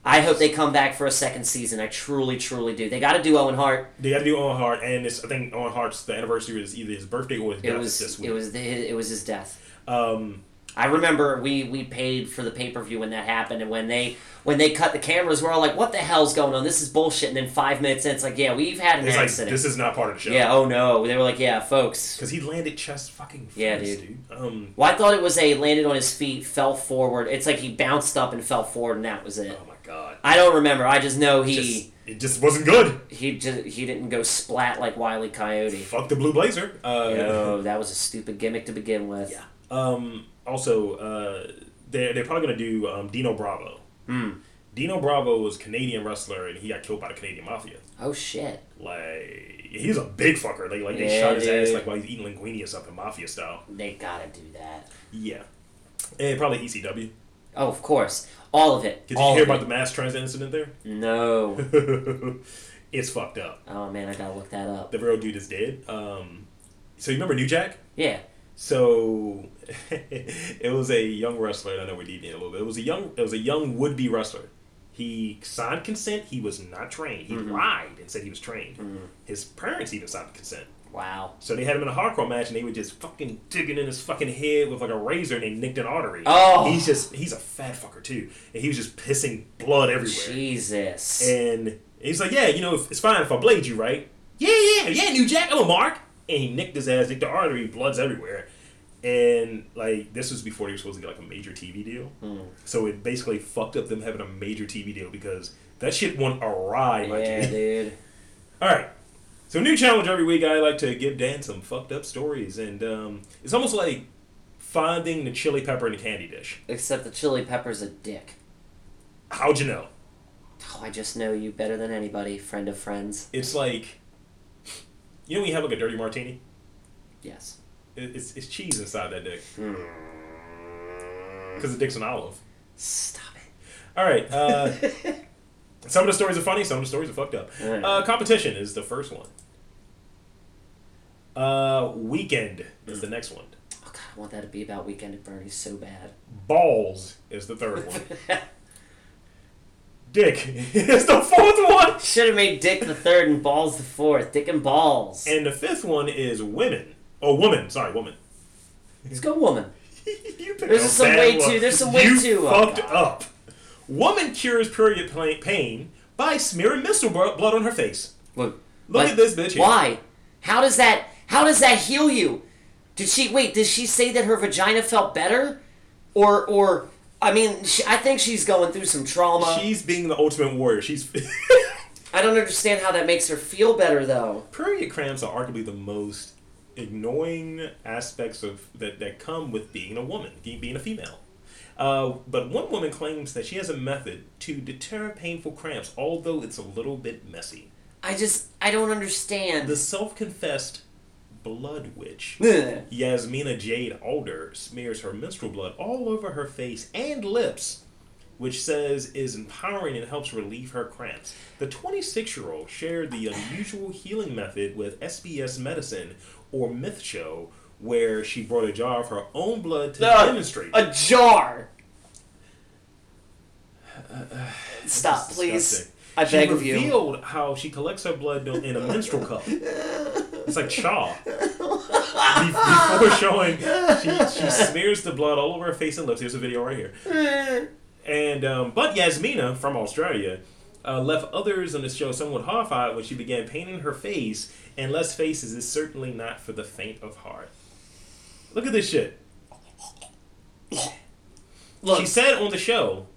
S2: I hope they come back for a second season. I truly, truly do. They got to do Owen Hart.
S1: They got to do Owen Hart, and it's, I think Owen Hart's the anniversary is either his birthday or his
S2: It
S1: death
S2: was
S1: this week.
S2: it was the, it was his death.
S1: um,
S2: I remember we we paid for the pay per view when that happened, and when they when they cut the cameras, we're all like, "What the hell's going on? This is bullshit." And then five minutes in, it's like, "Yeah, we've had an
S1: it's like
S2: accident."
S1: this is not part of the show.
S2: yeah. Oh no. They were like, "Yeah, folks."
S1: because he landed chest fucking.
S2: Yeah,
S1: first,
S2: dude.
S1: Um,
S2: Well, I thought it was a landed on his feet, fell forward. It's like he bounced up and fell forward, and that was it.
S1: oh my god.
S2: I don't remember. I just know he
S1: Just, it just wasn't good.
S2: he just he didn't go splat like Wiley Coyote.
S1: Fuck the blue blazer. Uh,
S2: Oh, that was a stupid gimmick to begin with.
S1: Yeah. Um, also, uh, they're, they're probably going to do um, Dino Bravo.
S2: Hmm.
S1: Dino Bravo was Canadian wrestler, and he got killed by the Canadian mafia.
S2: Oh shit.
S1: Like, he's a big fucker. Like, like they
S2: Yeah,
S1: shot his ass
S2: dude.
S1: like while he's eating linguine or something, mafia style.
S2: They gotta do that.
S1: Yeah. And probably ECW.
S2: Oh, of course. All of it.
S1: Did you
S2: All
S1: hear
S2: of
S1: about the
S2: it.
S1: mass transit incident there?
S2: No.
S1: it's fucked up.
S2: Oh man, I gotta look that up.
S1: The real dude is dead. Um, so you remember New Jack?
S2: Yeah.
S1: So it was a young wrestler. and I know we're deviating a little bit. It was a young. It was a young would be wrestler. He signed consent. He was not trained. He lied and said he was trained. His parents even signed consent.
S2: Wow.
S1: So they had him in a hardcore match, and they were just fucking digging in his fucking head with like a razor, and they nicked an artery.
S2: Oh.
S1: he's just he's a fat fucker too, and he was just pissing blood everywhere.
S2: Jesus.
S1: And he's like, "Yeah, you know, it's fine if I blade you, right? Yeah, yeah, yeah, New Jack, I'm a mark." And he nicked his ass, nicked the artery, blood's everywhere. And like this was before they were supposed to get like a major TV deal, so it basically fucked up them having a major TV deal because that shit went awry. my
S2: yeah,
S1: dude.
S2: dude.
S1: All right, So new challenge every week. I like to give Dan some fucked up stories, and um, it's almost like finding the chili pepper in a candy dish.
S2: Except the chili pepper's a dick.
S1: How'd you know?
S2: Oh, I just know you better than anybody, friend of friends.
S1: It's like, you know, when you have like a dirty martini,
S2: Yes.
S1: It- it's, it's cheese inside that dick
S2: Mm.
S1: because the dick's an olive.
S2: Stop it.
S1: All right. Uh,
S2: Oh,
S1: some of the stories are funny. Some of the stories are fucked up.
S2: All right.
S1: Uh, competition is the first one. Uh, weekend is the next one.
S2: oh god, I want that to be about Weekend at Bernie's so bad.
S1: Balls is the third one. Dick is the fourth one.
S2: Should have made Dick the third and Balls the fourth. Dick and Balls.
S1: And the fifth one is women. Oh, woman. Sorry, woman.
S2: Let's go, woman.
S1: you picked
S2: There's
S1: a
S2: some
S1: bad
S2: way
S1: one.
S2: too- there's some way
S1: you
S2: too- oh,
S1: fucked
S2: God.
S1: up. Woman cures period pla- pain by smearing missile bro- blood on her face.
S2: Look,
S1: Look at this bitch here.
S2: Why? How does that? How does that heal you? Did she wait? Did she say that her vagina felt better, or or? I mean, she, I think she's going through some trauma.
S1: She's being the ultimate warrior. She's
S2: I don't understand how that makes her feel better though.
S1: period cramps are arguably the most annoying aspects of that that come with being a woman, be- being a female. Uh, but one woman claims that she has a method to deter painful cramps, although it's a little bit messy.
S2: I just I don't understand.
S1: The self-confessed blood witch
S2: Ugh.
S1: Yasmina Jade Alder smears her menstrual blood all over her face and lips, which says is empowering and helps relieve her cramps. The 26 year old shared the unusual healing method with SBS Medicine or Myth Show, where she brought a jar of her own blood to
S2: Ugh.
S1: demonstrate.
S2: A jar. Stop,
S1: It's
S2: please.
S1: disgusting.
S2: I
S1: she
S2: beg of you.
S1: revealed how she collects her blood in a menstrual cup. It's like chaw. Be- Before showing, she, she smears the blood all over her face and lips. Here's a video right here. And um, but Yasmina from Australia uh, left others on the show somewhat horrified when she began painting her face. And let's face it, it's certainly not for the faint of heart. Look at this shit.
S2: Look,
S1: She said on the show,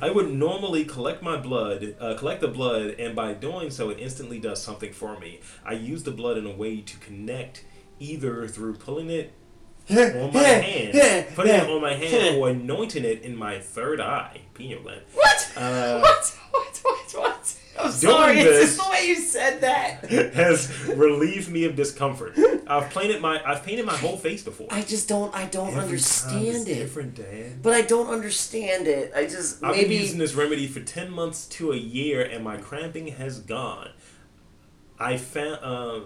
S1: I would normally collect my blood, uh, collect the blood, and by doing so, it instantly does something for me. I use the blood in a way to connect, either through pulling it on my hand, putting it on my hand, or anointing it in my third eye, pineal gland.
S2: What?
S1: Uh,
S2: what? What? What? What? I'm sorry.
S1: this-
S2: It's just the way you said that.
S1: Has relieved me of discomfort. I've painted my I've painted my whole face before.
S2: I just don't. I don't
S1: Every time it's
S2: understand it.
S1: Different, Dad.
S2: But I don't understand it. I just
S1: I've
S2: maybe
S1: been using this remedy for 10 months to a year and my cramping has gone. I found uh,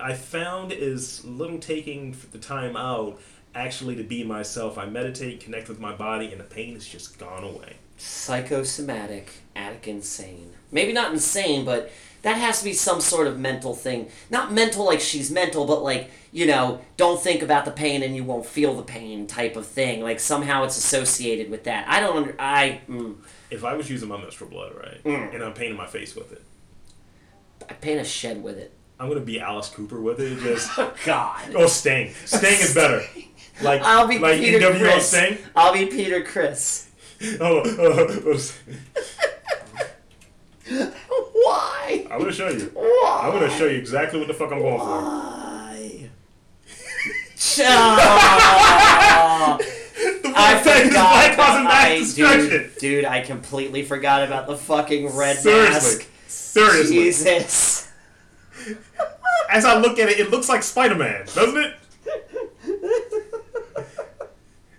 S1: I found is little taking f- the time out actually to be myself. I meditate, connect with my body and the pain has just gone away.
S2: psychosomatic, attic insane. Maybe not insane, but that has to be some sort of mental thing. Not mental like she's mental, but like you know, don't think about the pain and you won't feel the pain type of thing. Like somehow it's associated with that. I don't under. I. Mm,
S1: If I was using my menstrual blood, right? And I'm painting my face with it.
S2: I paint a shed with it.
S1: I'm going to be Alice Cooper with it just
S2: God.
S1: Oh, Sting. Sting is better. Like
S2: I'll be
S1: like
S2: Peter
S1: NWO
S2: Chris.
S1: Sting.
S2: I'll be Peter Chris.
S1: Oh, oh, oh,
S2: Why?
S1: I'm going to show you.
S2: Why?
S1: I'm going to show you exactly what the fuck I'm going for.
S2: Why? I
S1: The is
S2: forgot.
S1: black cause of mass
S2: I-
S1: destruction.
S2: Dude, dude, I completely forgot about the fucking red
S1: Seriously.
S2: mask.
S1: Seriously.
S2: Jesus.
S1: As I look at it, it looks like Spider Man, doesn't it?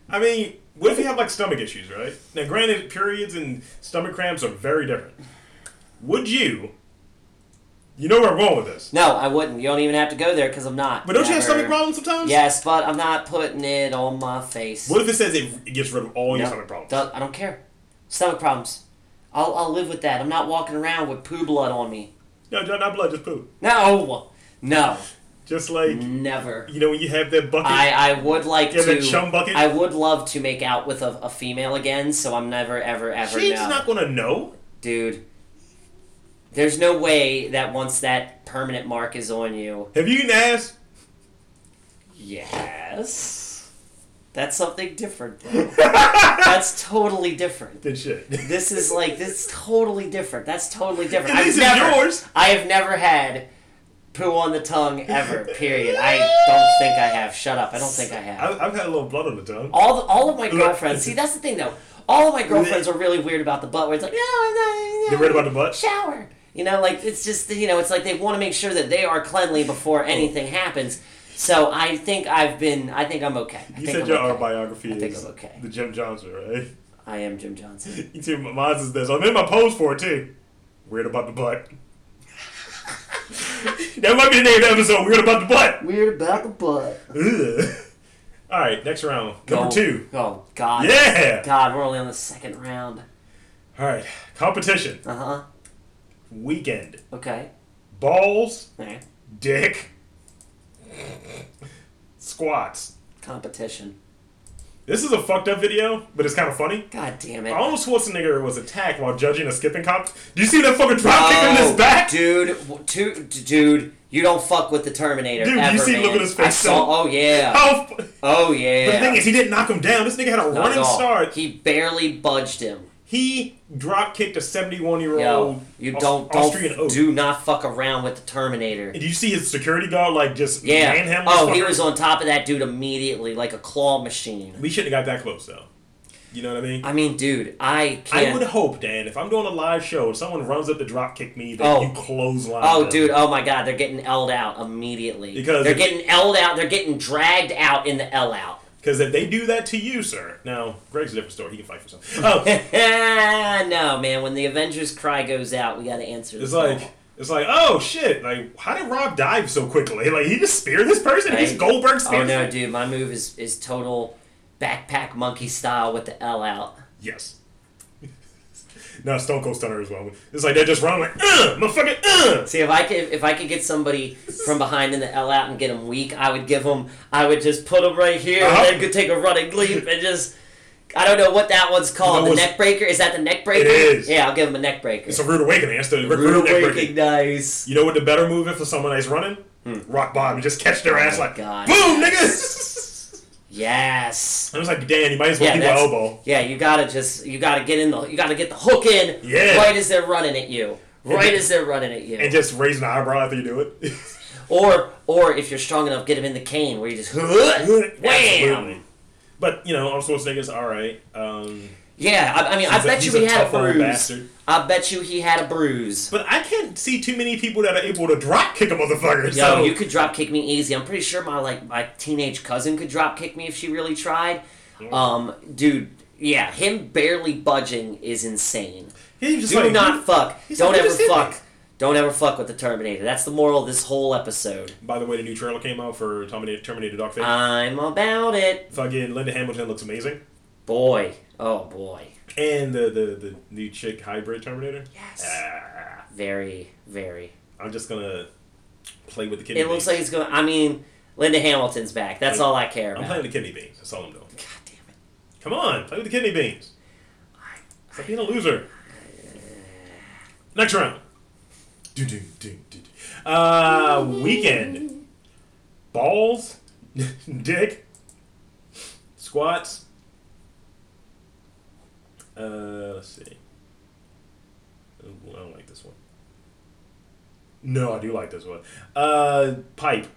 S1: I mean, what if you have like stomach issues, right? Now, granted, periods and stomach cramps are very different. Would you? You know where I'm going with this.
S2: No, I wouldn't. You don't even have to go there because I'm not.
S1: But don't you have
S2: Never.
S1: stomach problems sometimes?
S2: Yes, but I'm not putting it on my face.
S1: What if it says it it gets rid of all your
S2: No,
S1: stomach problems?
S2: don't- I don't care. Stomach problems. I'll, I'll live with that. I'm not walking around with poo blood on me.
S1: No, no, not blood, just poo.
S2: No. No.
S1: Just like,
S2: Never.
S1: you know, when you have that bucket.
S2: Mm. I, I would like
S1: Give
S2: to.
S1: it chum bucket.
S2: I would love to make out with a, a female again, so I'm never, ever, ever.
S1: she's
S2: no.
S1: not going to know.
S2: Dude, there's no way that once that permanent mark is on you.
S1: Have you eaten ass?
S2: Yes. That's something different. though. That's totally different.
S1: Then shit.
S2: This is like this is totally different. That's totally different.
S1: At least
S2: I've
S1: it's
S2: never,
S1: yours.
S2: I have never had poo on the tongue ever. Period. I don't think I have. Shut up. I don't think I have. Oh,
S1: I've, I've had a little blood on the tongue.
S2: All the, all of my girlfriends. See, that's the thing though. All of my girlfriends are really weird about the butt. Where it's like, no, I'm not.
S1: They're worried about the butt?
S2: Shower. You know, like it's just you know, it's like they want to make sure that they are cleanly before
S1: Oh.
S2: anything happens. So I think I've been. I think I'm okay. I
S1: You
S2: think
S1: said
S2: I'm
S1: your
S2: okay.
S1: autobiography
S2: I think
S1: is
S2: I'm okay.
S1: the Jim Johnson, right?
S2: I am Jim Johnson.
S1: You see, mine's is this. I'm in my pose for it too. Weird about the butt. that might be the name of the episode. Weird about the butt.
S2: Weird about the butt.
S1: Ugh. All right, next round, number
S2: oh,
S1: two.
S2: Oh God.
S1: Yeah.
S2: God, we're only on the second round.
S1: All right, competition
S2: Uh huh.
S1: weekend.
S2: Okay.
S1: Balls,
S2: All right.
S1: dick, squats.
S2: Competition.
S1: This is a fucked up video, but it's kind of funny.
S2: God damn it.
S1: Arnold Schwarzenegger was attacked while judging a skipping comp. Do you see that fucking drop kick on his back?
S2: Oh, dude. w- tu- d- dude, you don't fuck with the Terminator.
S1: Dude, you
S2: ever,
S1: see,
S2: man.
S1: look at his
S2: I
S1: face,
S2: saw.
S1: though.
S2: Oh yeah.
S1: How? fu-
S2: Oh yeah.
S1: But the thing is, he didn't knock him down. This nigga had a
S2: Not at
S1: running
S2: all.
S1: start.
S2: He barely budged him.
S1: He drop kicked a 71 year
S2: Yo,
S1: old
S2: you
S1: Oh, Aus-
S2: don't
S1: Austrian
S2: don't
S1: oak.
S2: do not fuck around with the Terminator.
S1: Did you see his security guard like just
S2: Yeah.
S1: manhandle?
S2: Oh,
S1: this
S2: he
S1: fucker?
S2: was on top of that dude immediately, like a claw machine.
S1: We shouldn't have got that close though. You know what I mean?
S2: I mean, dude, I
S1: I
S2: can't.
S1: would hope, Dan, if I'm doing a live show and someone runs up to drop kick me, that
S2: Oh.
S1: you clothesline.
S2: Oh,
S1: them.
S2: dude! Oh my God! They're getting L'd out immediately.
S1: Because
S2: they're
S1: if-
S2: getting L'd out. They're getting dragged out in the L out.
S1: Because if they do that to you, sir, now Greg's a different story. He can fight for something. Oh,
S2: no, man. When the Avengers cry goes out, we got to answer.
S1: it's
S2: the
S1: like.
S2: call.
S1: It's like, oh shit! Like, how did Rob dive so quickly? Like, he just speared this person. He's
S2: Right.
S1: Goldberg
S2: oh
S1: speared.
S2: no, dude! My move is is total backpack monkey style with the L out.
S1: Yes. no, Stone Cold Stunner as well. It's like they just run like, uh, motherfucker, uh.
S2: See if I could if I could get somebody from behind in the L out and get them weak, I would give them. I would just put them right here
S1: Uh-huh.
S2: and then could take a running leap and just. I don't know what that one's called.
S1: know
S2: the
S1: what's-
S2: neck breaker is that the neck breaker?
S1: is.
S2: Yeah, I'll give him a neck breaker.
S1: It's a rude awakening. That's the rude,
S2: Rude
S1: awakening.
S2: awakening, nice.
S1: You know what the better move is for someone that's running? Rock bottom. Just catch their ass
S2: Oh my
S1: like,
S2: God.
S1: boom, niggas.
S2: Yes.
S1: I was like, Dan, you might as well
S2: Yeah,
S1: keep the
S2: that's-
S1: elbow.
S2: Yeah, you gotta just you gotta get in the you gotta get the hook in
S1: Yeah.
S2: right as they're running at you. Right
S1: And-
S2: as they're running at you.
S1: And just raise an eyebrow after you do it.
S2: or or if you're strong enough, get them in the cane where you just wham.
S1: Absolutely. But, you know, I'm supposed to think it's all right. Um,
S2: Yeah, I, I mean, I
S1: he's a-
S2: bet you
S1: he's
S2: he
S1: a
S2: had a
S1: tough old
S2: bruise.
S1: bastard.
S2: I bet you he had a bruise.
S1: But I can't see too many people that are able to drop kick a motherfucker.
S2: Yo,
S1: so
S2: you could drop kick me easy. I'm pretty sure my like my teenage cousin could drop kick me if she really tried. Um, dude, yeah, him barely budging is insane.
S1: he was just
S2: Do
S1: like,
S2: not fuck.
S1: he's
S2: Don't
S1: like,
S2: ever
S1: "Just hit me."
S2: fuck. Don't ever fuck with the Terminator. That's the moral of this whole episode.
S1: By the way, the new trailer came out for Terminator, Terminator Dark Fate.
S2: I'm about it,
S1: Fucking Linda Hamilton looks amazing.
S2: boy. Oh boy.
S1: And the the, the new chick hybrid Terminator.
S2: Yes.
S1: Ah,
S2: Uh, Very, very.
S1: I'm just gonna play with the kidney.
S2: It looks like
S1: beans.
S2: he's going. I mean, Linda Hamilton's back. That's all I care
S1: I'm
S2: about.
S1: playing
S2: God
S1: with the kidney beans. That's all I'm doing.
S2: damn it.
S1: Come on, play with the kidney beans. Stop being a loser. Next round. Do do do do. Uh, weekend. Balls, dick, squats. Uh, let's see. Ooh, I don't like this one. No, I do like this one. Uh, pipe,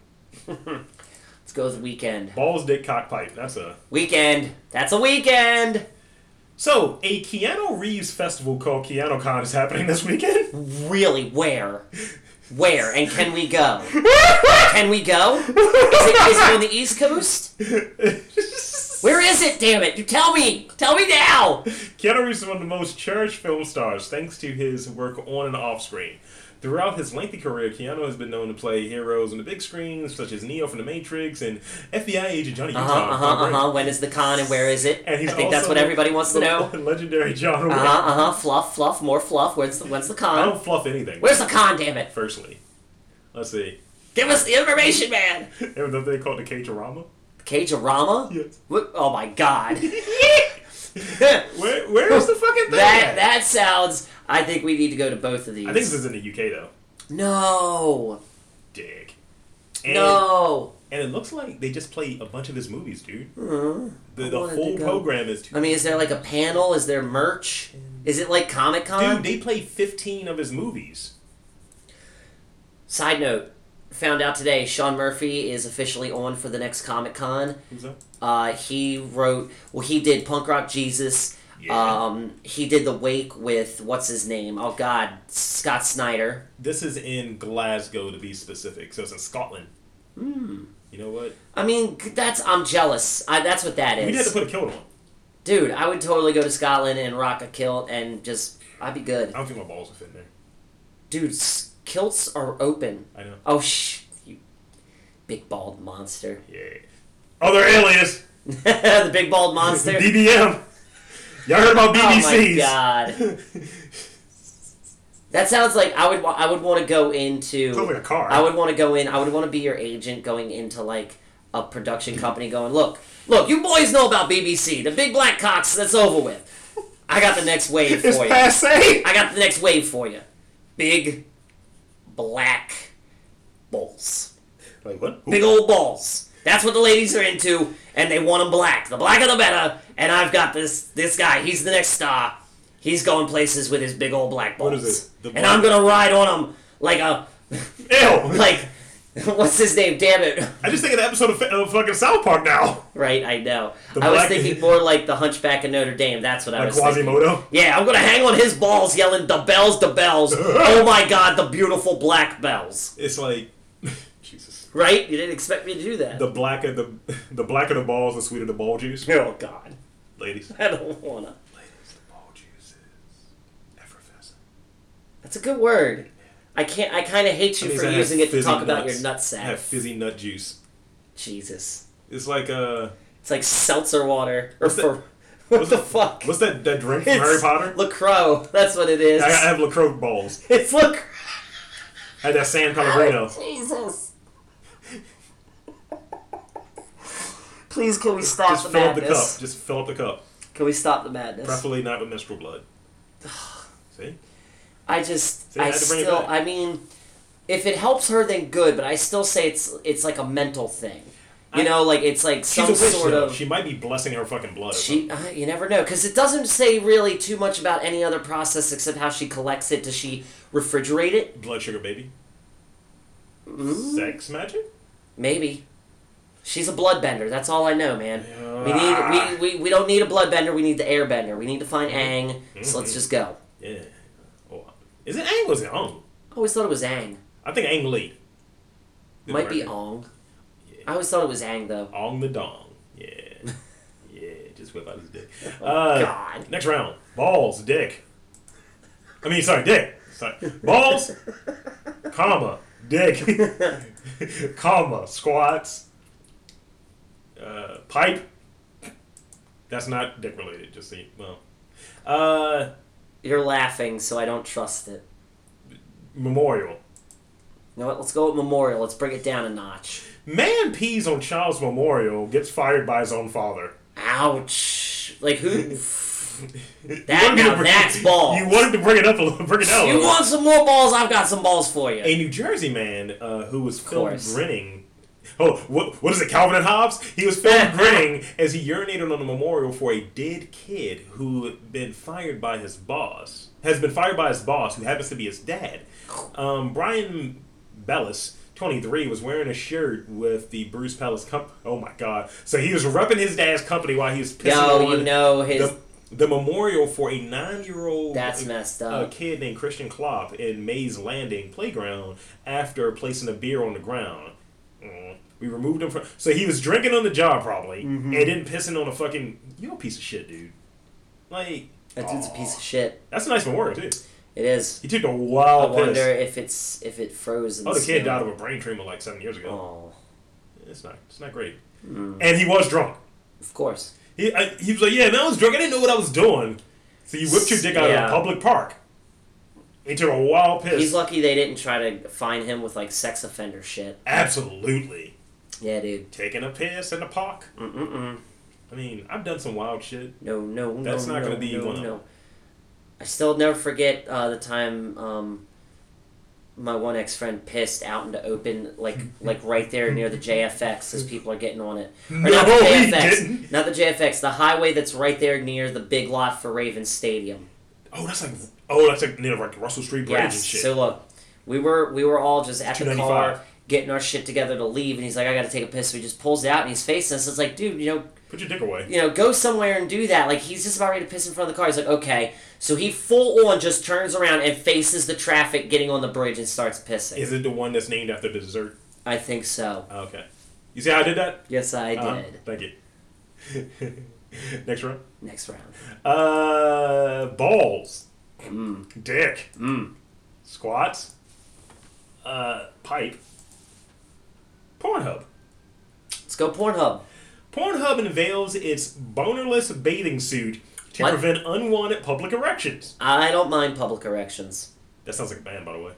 S2: Let's go with weekend.
S1: balls, dick, cock, pipe. That's a
S2: Weekend. That's a weekend.
S1: so a Keanu Reeves festival called KeanuCon is happening this weekend.
S2: Really? Where? Where? And can we go? Can we go? Is it, is it on the East Coast? Where is it? Damn it! You tell me. Tell me now.
S1: Keanu Reeves is one of the most cherished film stars thanks to his work on and off screen. Throughout his lengthy career, Keanu has been known to play heroes on the big screen, such as Neo from The Matrix and FBI agent Johnny
S2: Uh
S1: Utah.
S2: huh. Uh huh. Uh huh. When is the con and where is it?
S1: And he's
S2: I think that's
S1: also
S2: what everybody wants to know.
S1: the Legendary John Wick.
S2: Uh huh. Uh huh. Fluff. Fluff. More fluff. Where's the When's the
S1: I
S2: con?
S1: don't fluff anything.
S2: Where's the con? Damn it!
S1: Firstly, let's see.
S2: Give us the information, man.
S1: Remember that they called the K-drama?
S2: Cagerama?
S1: Yes.
S2: What? Oh my God.
S1: Where, where is the fucking thing?
S2: That
S1: at?
S2: that sounds. I think we need to go to both of these.
S1: I think this is in the UK though.
S2: no,
S1: Dig. And
S2: no.
S1: And it looks like they just play a bunch of his movies, dude.
S2: Uh-huh. I
S1: The, the
S2: wanted
S1: whole
S2: to go.
S1: program is. Too-
S2: I mean, is there like a panel? Is there merch? Is it like Comic Con?
S1: dude, they play 15 of his movies.
S2: Side note: found out today, Sean Murphy is officially on for the next Comic Con.
S1: Who's that?
S2: Uh, he wrote, well, he did Punk Rock Jesus.
S1: Yeah.
S2: Um, he did The Wake with, what's his name? Oh, God, Scott Snyder.
S1: This is in Glasgow to be specific, so it's in Scotland.
S2: Hmm.
S1: You know what?
S2: I mean, that's, I'm jealous. I, that's what that
S1: We'd have to
S2: is.
S1: put a kilt on.
S2: Dude, I would totally go to Scotland and rock a kilt and just, I'd be good.
S1: I don't think my balls would fit in there.
S2: Dude, s- kilts are open.
S1: I know.
S2: Oh, shh. You big bald monster.
S1: Yeah. Other alias.
S2: the big bald monster.
S1: BBM. Y'all heard about
S2: Oh my
S1: BBCs.
S2: god. That sounds like I would wa- I would want to go into
S1: Sounds like a car.
S2: I would want to go in. I would want to be your agent going into like a production company going, "Look, look, you boys know about BBC, the big black cocks that's over with. I got the next wave
S1: it's
S2: for you.
S1: passe.
S2: I got the next wave for you. Big black balls.
S1: Like what?
S2: Big old balls. That's what the ladies are into and they want them black. The blacker the better. And I've got this this guy. He's the next star. He's going places with his big old black balls.
S1: What is it? The
S2: and I'm
S1: black-
S2: going to ride on him like a
S1: Ew.
S2: like what's his name damn it
S1: I just think of the episode of, of fucking South Park now.
S2: right i know
S1: The
S2: i was
S1: black-
S2: thinking more like the hunchback of notre dame that's what i
S1: Like
S2: was thinking
S1: Quasimodo.
S2: yeah i'm gonna hang on his balls yelling the bells the bells oh my god the beautiful black bells
S1: It's like Jesus.
S2: right you didn't expect me to do that
S1: The blacker the the blacker the balls, the sweeter the ball juice.
S2: oh god
S1: Ladies.
S2: i don't wanna
S1: Ladies, the ball juice is effervescent.
S2: that's a good word i can't i kind of hate you
S1: Means
S2: for
S1: I have
S2: using it to
S1: fizzy
S2: talk about your
S1: nuts. I
S2: nutsack
S1: have fizzy nut juice.
S2: jesus
S1: It's like uh
S2: it's like seltzer water or
S1: What's the-
S2: for what the fuck
S1: what's that that drink from
S2: it's
S1: Harry Potter?
S2: LaCroix. That's what it is.
S1: I, I have LaCroix balls.
S2: It's LaCroix.
S1: I had that San Pellegrino.
S2: Jesus. Please, can we stop
S1: Just
S2: the
S1: fill up the cup.
S2: madness?
S1: Just fill up the cup.
S2: Can we stop the madness?
S1: Preferably not with menstrual blood. See?
S2: I just,
S1: See, I
S2: I
S1: had to bring it
S2: still,
S1: back.
S2: I mean, if it helps her, then good. But I still say it's it's like a mental thing, you
S1: I-
S2: know, like it's like
S1: She's
S2: some
S1: a witch,
S2: sort
S1: though.
S2: of.
S1: She might be blessing her fucking blood. Or something.
S2: She, uh, you never know, because it doesn't say really too much about any other process except how she collects it. Does she refrigerate it?
S1: Blood sugar baby.
S2: Mm.
S1: Sex magic?
S2: Maybe. She's a bloodbender. That's all I know, man. We
S1: Yeah.
S2: need we, we, we don't need a bloodbender. We need the airbender. We need to find Aang.
S1: Mm-hmm.
S2: So let's just go.
S1: Yeah. Oh, is it Ang? or is it Ong?
S2: I always thought it was Aang.
S1: I think Ang Lee. Didn't
S2: Might be
S1: work.
S2: Ong. I always thought it was Aang though.
S1: Ong the Dong. Yeah. yeah. Just whip out his dick. Uh,
S2: God.
S1: Next round. Balls, dick. I mean, sorry, dick. Sorry. Balls, comma, dick, comma, squats, uh, pipe. That's not dick related, just see. Well, uh,
S2: You're laughing, so I don't trust it.
S1: memorial.
S2: You know what? Let's go with Memorial. Let's bring it down a notch.
S1: Man pees on child's memorial, gets fired by his own father.
S2: Ouch! Like who?
S1: You wanted me
S2: now
S1: to
S2: that's balls.
S1: You wanted to bring it up a little, bring it down. a
S2: you
S1: little.
S2: want some more balls? I've got some balls for you.
S1: a New Jersey man uh, who was filmed
S2: course.
S1: grinning. Oh, what, what is it, Calvin and Hobbes? He was filmed grinning as he urinated on a memorial for a dead kid who had been fired by his boss. Has been fired by his boss, who happens to be his dad. Um, Brian Bellis, 23, was wearing a shirt with the Bruce Palace Company. Oh my God! So he was repping his dad's company while he was pissing
S2: Yo,
S1: on
S2: you know his.
S1: the, the memorial for a nine-year-old
S2: That's messed up.
S1: a kid named Christian Klopp in Mays Landing playground after placing a beer on the ground. Mm. We removed him from. So he was drinking on the job probably,
S2: Mm-hmm.
S1: and then pissing on a fucking. You're a piece of shit, dude. Like
S2: that dude's a
S1: aw.
S2: piece of shit.
S1: That's a nice memorial too.
S2: It is.
S1: He took a
S2: I
S1: wild
S2: wonder
S1: piss.
S2: if it's if it froze. In
S1: Oh, the kid
S2: snow.
S1: died of a brain tumor like seven years ago.
S2: Oh, Mm.
S1: It's not. It's not great. And he was drunk.
S2: of course.
S1: He I, he was like, yeah, man, I was drunk. I didn't know what I was doing. So you whipped your dick out
S2: Yeah.
S1: of a public park. He took a wild piss.
S2: He's lucky they didn't try to find him with like sex offender shit.
S1: Absolutely.
S2: Yeah, dude.
S1: taking a piss in the park.
S2: Mm-mm-mm.
S1: I mean, I've done some wild shit.
S2: No, no, no.
S1: That's not
S2: no,
S1: gonna be
S2: no,
S1: one of
S2: no.
S1: them.
S2: I still never forget uh, the time um, my one ex friend pissed out into open, like like right there near the JFX as people are getting on it. Or not the
S1: No, he
S2: JFX,
S1: didn't.
S2: not the JFX, the highway that's right there near the big lot for Ravens Stadium.
S1: Oh, that's like oh, that's like near like Russell Street Bridge
S2: Yes.
S1: and shit.
S2: So look, we were we were all just at the
S1: 295.
S2: car getting our shit together to leave, and he's like, I gotta take a piss. So he just pulls it out, and he's facing us. It's like, dude, you know,
S1: Put your dick away.
S2: you know, go somewhere and do that. Like he's just about ready to piss in front of the car. He's like, okay. So he full on just turns around and faces the traffic getting on the bridge and starts pissing.
S1: Is it the one that's named after the dessert? Oh,
S2: I think so.
S1: Okay. You see how I did that?
S2: Yes, I
S1: Uh-huh.
S2: did.
S1: Thank you. Next round.
S2: Next round.
S1: Uh, balls,
S2: Mm.
S1: dick,
S2: Mm.
S1: squats, uh, pipe, Pornhub.
S2: Let's go Pornhub.
S1: Pornhub unveils its bonerless bathing suit to
S2: What?
S1: prevent unwanted public erections.
S2: I don't mind public erections.
S1: That sounds like a band, by the way.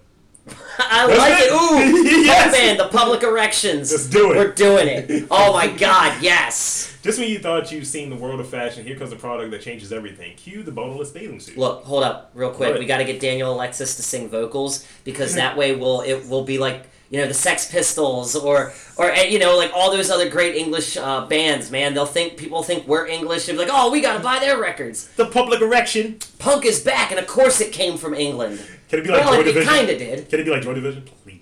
S2: I
S1: That's
S2: like
S1: it.
S2: it. Ooh,
S1: Yes.
S2: yes. man, the public erections.
S1: Let's do it.
S2: We're doing it. Oh my god, yes.
S1: Just when you thought you've seen the world of fashion, here comes the product that changes everything. Cue the bonerless bathing suit.
S2: Look, hold up, real quick.
S1: What?
S2: We got to get Daniel Alexis to sing vocals because that way we'll it will be like you know the Sex Pistols or or eh, you know like all those other great English uh, bands. Man, they'll think people think we're English and be like, oh, we gotta buy their records.
S1: The public erection.
S2: Punk is back, and of course it came from England.
S1: Can it be like
S2: Well,
S1: Joy
S2: Oh, it
S1: Division?
S2: kind of did.
S1: Can it be like Joy Division? Please.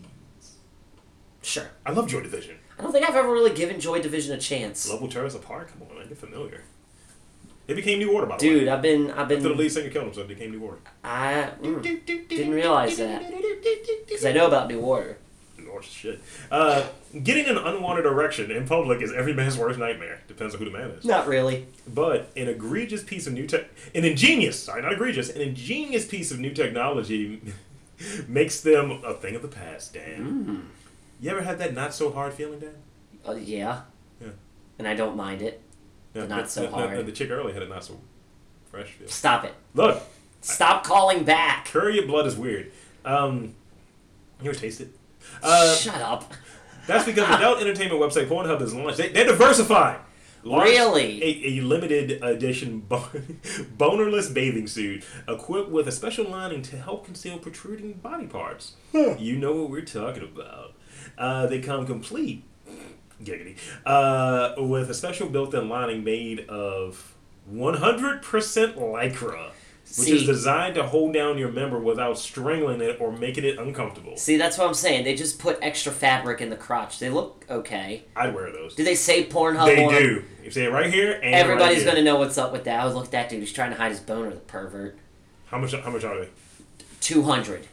S2: Sure.
S1: I love Joy Division.
S2: I don't think I've ever really given Joy Division a chance.
S1: Level Terrace Apart? Come on, man. Get familiar. It became New Order, by the way.
S2: Dude, I've been I've
S1: After the
S2: been
S1: lead singer killed himself, it became New Order.
S2: I mm,
S1: Didn't
S2: realize that. because I know about New Order.
S1: Order's shit. Uh, getting an unwanted erection in public is every man's worst nightmare. Depends on who the man is.
S2: Not really.
S1: But an egregious piece of new tech, an ingenious, sorry, not egregious, an ingenious piece of new technology makes them a thing of the past,
S2: Hmm.
S1: Dan. You ever had that not so hard feeling, Dan?
S2: Uh, yeah.
S1: Yeah.
S2: And I don't mind it.
S1: No,
S2: Not
S1: no,
S2: so
S1: no, no,
S2: hard.
S1: the chick earlier had a not so fresh feel.
S2: Stop it.
S1: Look,
S2: Stop calling back.
S1: curry of blood is weird. Um, you ever taste it? Uh,
S2: Shut up.
S1: That's because adult entertainment website Pornhub has launched. They, they're diversifying. Launched
S2: Really?
S1: A, a limited edition bon- bonerless bathing suit equipped with a special lining to help conceal protruding body parts. You know what we're talking about. Uh, they come complete, giggity, uh, with a special built in lining made of 100% lycra. Which is
S2: See.
S1: designed to hold down your member without strangling it or making it uncomfortable.
S2: See, that's what I'm saying. They just put extra fabric in the crotch. They look okay.
S1: I'd wear those.
S2: Do they say Pornhub
S1: They
S2: on 'em?
S1: do. You see it right here, and
S2: Everybody's
S1: right
S2: going to know what's up with that. Oh, look at that dude. He's trying to hide his boner, the pervert.
S1: How much? How much are they?
S2: 200.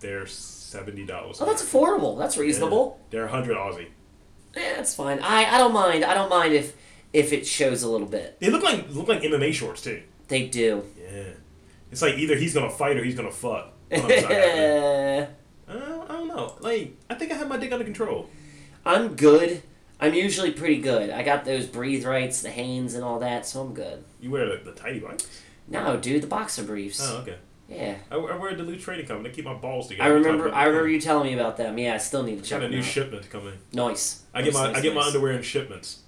S1: They're seventy dollars.
S2: Oh, that's affordable. That's reasonable.
S1: They're hundred Aussie.
S2: Yeah, that's fine. I, I don't mind. I don't mind if if it shows a little bit.
S1: They look like look like MMA shorts too.
S2: They do.
S1: Yeah, it's like either he's gonna fight or he's gonna fuck. I don't, know.
S2: I'm
S1: I don't- I don't know. Like I think I have my dick under control.
S2: good. I'm usually pretty good. I got those breathe rights, the Hanes, and all that, so I'm good.
S1: You wear the, the tidy white?
S2: No, dude, the boxer briefs.
S1: Oh, okay.
S2: Yeah.
S1: I, I wear a Duluth Trading Company. to keep my balls together.
S2: I
S1: We talked
S2: remember.
S1: about
S2: I
S1: that.
S2: remember you telling me about them. Yeah, I still need to
S1: Got
S2: check
S1: a
S2: them
S1: new
S2: out.
S1: shipment coming.
S2: Nice.
S1: I get
S2: Nice,
S1: my
S2: nice,
S1: I get my
S2: nice. Oh.
S1: underwear in shipments.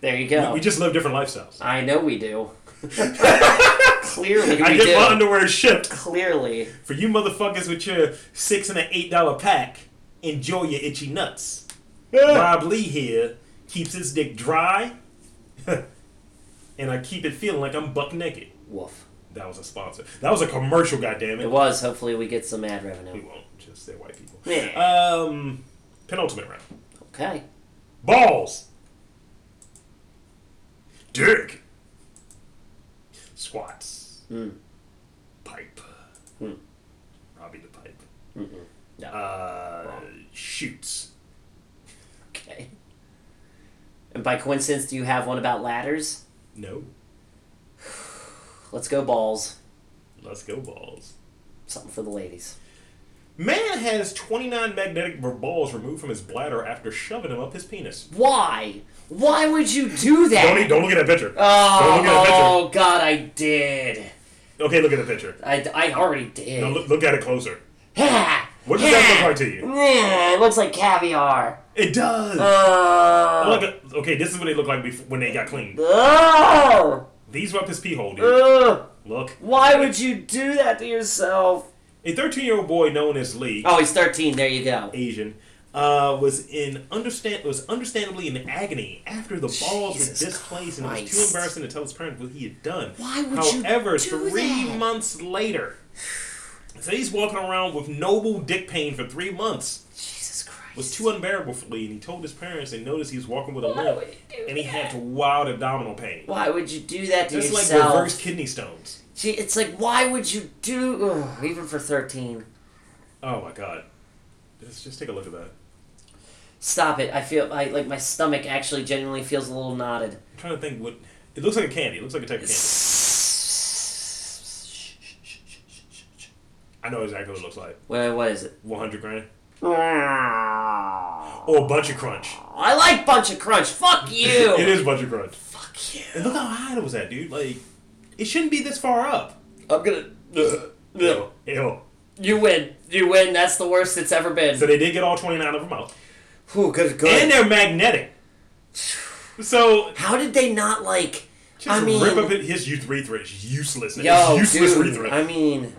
S2: There you
S1: We-
S2: go.
S1: We, just live different lifestyles.
S2: I know we do. Clearly, we
S1: I get
S2: do.
S1: my underwear shipped.
S2: Clearly,
S1: For you motherfuckers with your six and an eight dollar pack, enjoy your itchy nuts. Rob Lee here keeps his dick dry, and I keep it feeling like I'm buck naked.
S2: woof.
S1: That was a sponsor. That was a commercial, goddammit.
S2: It was. Hopefully, we get some ad
S1: We
S2: revenue.
S1: won't. Just they're white people.
S2: Yeah.
S1: Um, penultimate round.
S2: Okay.
S1: Balls. Dick. Squats.
S2: Mm.
S1: Pipe. Robbie the pipe.
S2: Hmm. No.
S1: Uh,
S2: Wrong.
S1: shoots.
S2: okay. And by coincidence, do you have one about ladders?
S1: No.
S2: Let's go balls.
S1: Let's go balls.
S2: Something for the ladies.
S1: Man has 29 magnetic b- balls removed from his bladder after shoving him up his penis.
S2: Why? Why would you do that?
S1: Don't, e- don't look at that picture.
S2: Oh,
S1: Don't look at the picture.
S2: oh, God, I did.
S1: Okay, look at the picture.
S2: I, I already did.
S1: Now look, look at it closer.
S2: what
S1: What does that look like to you?
S2: It looks like caviar.
S1: It does.
S2: Oh.
S1: Look at- okay, this is what they look like before, when they got cleaned.
S2: Oh.
S1: These were up his pee hole, dude.
S2: Ugh.
S1: Look.
S2: uh, Why would you do that to yourself?
S1: A 13 year old boy known as Lee,
S2: Oh, he's 13. There you go.
S1: Asian, uh, was in understand was understandably in agony after the balls
S2: Jesus
S1: were displaced and it was too
S2: Christ.
S1: embarrassing to tell his parents what he had done.
S2: Why would you
S1: However,
S2: do
S1: three
S2: that?
S1: months later, so he's walking around with noble dick pain for three months.
S2: Jesus Christ.
S1: was too unbearable for Lee, and he told his parents and noticed he was walking with a
S2: Why
S1: limp,
S2: would you do
S1: and he had
S2: that?
S1: wild abdominal pain.
S2: Why would you do that to
S1: That's like
S2: yourself?
S1: reverse kidney stones.
S2: Gee, it's like why would you do ugh, even for thirteen?
S1: Oh my god. Let's just take a look at that. I'm
S2: Stop it! I feel I like my stomach actually genuinely feels a little knotted.
S1: trying to think what. It looks like a candy. It looks like a type of candy. I know exactly what it looks like.
S2: Well, what is it?
S1: 100 grand.
S2: I
S1: Or a bunch of crunch.
S2: like bunch of crunch. Fuck you.
S1: It is bunch of crunch.
S2: Fuck
S1: And
S2: you.
S1: look how high it was at, dude. Like, it shouldn't be this far up.
S2: I'm gonna. ugh, ugh.
S1: Ew.
S2: You win. You win. That's the worst it's ever been.
S1: So they did get all 29 of them out.
S2: Ooh, good,
S1: And they're magnetic. So,
S2: How did they not like?
S1: just
S2: I mean,
S1: rip up his U3 threat. It's useless.
S2: yo,
S1: it's useless
S2: dude.
S1: rethread.
S2: I mean,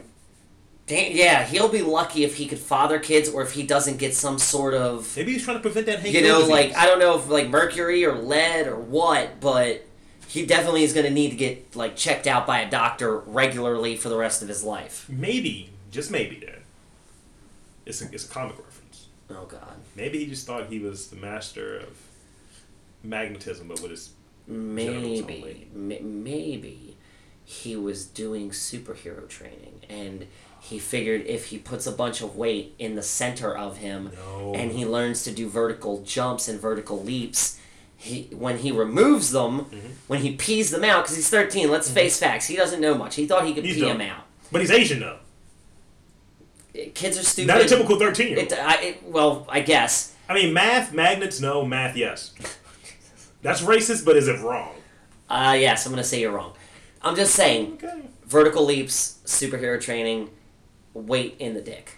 S2: damn, yeah, he'll be lucky if he could father kids, or if he doesn't get some sort of,
S1: Maybe he's trying to prevent that Hank
S2: you
S1: Hill
S2: know,
S1: disease.
S2: like I don't know if like mercury or lead or what, but he definitely is going to need to get like checked out by a doctor regularly for the rest of his life.
S1: Maybe, just maybe, then. It's a, it's a comic reference.
S2: Oh God,
S1: Maybe he just thought he was the master of magnetism, but with his
S2: maybe, m- maybe he was doing superhero training and. He figured if he puts a bunch of weight in the center of him,
S1: no.
S2: and he learns to do vertical jumps and vertical leaps. He, when he removes them,
S1: Mm-hmm.
S2: when he pees them out, because he's 13, let's face facts, he doesn't know much. He thought he could
S1: He's
S2: pee
S1: dumb.
S2: them out.
S1: but he's Asian though,
S2: Uh, Kids are stupid.
S1: not a typical thirteen year
S2: It,
S1: old.
S2: I, it, well, I guess.
S1: I mean, math magnets, no math, yes. That's racist, but is it wrong?
S2: Uh, yes, I'm going to say you're wrong. I'm just saying
S1: Okay,
S2: vertical leaps, superhero training, weight in the dick.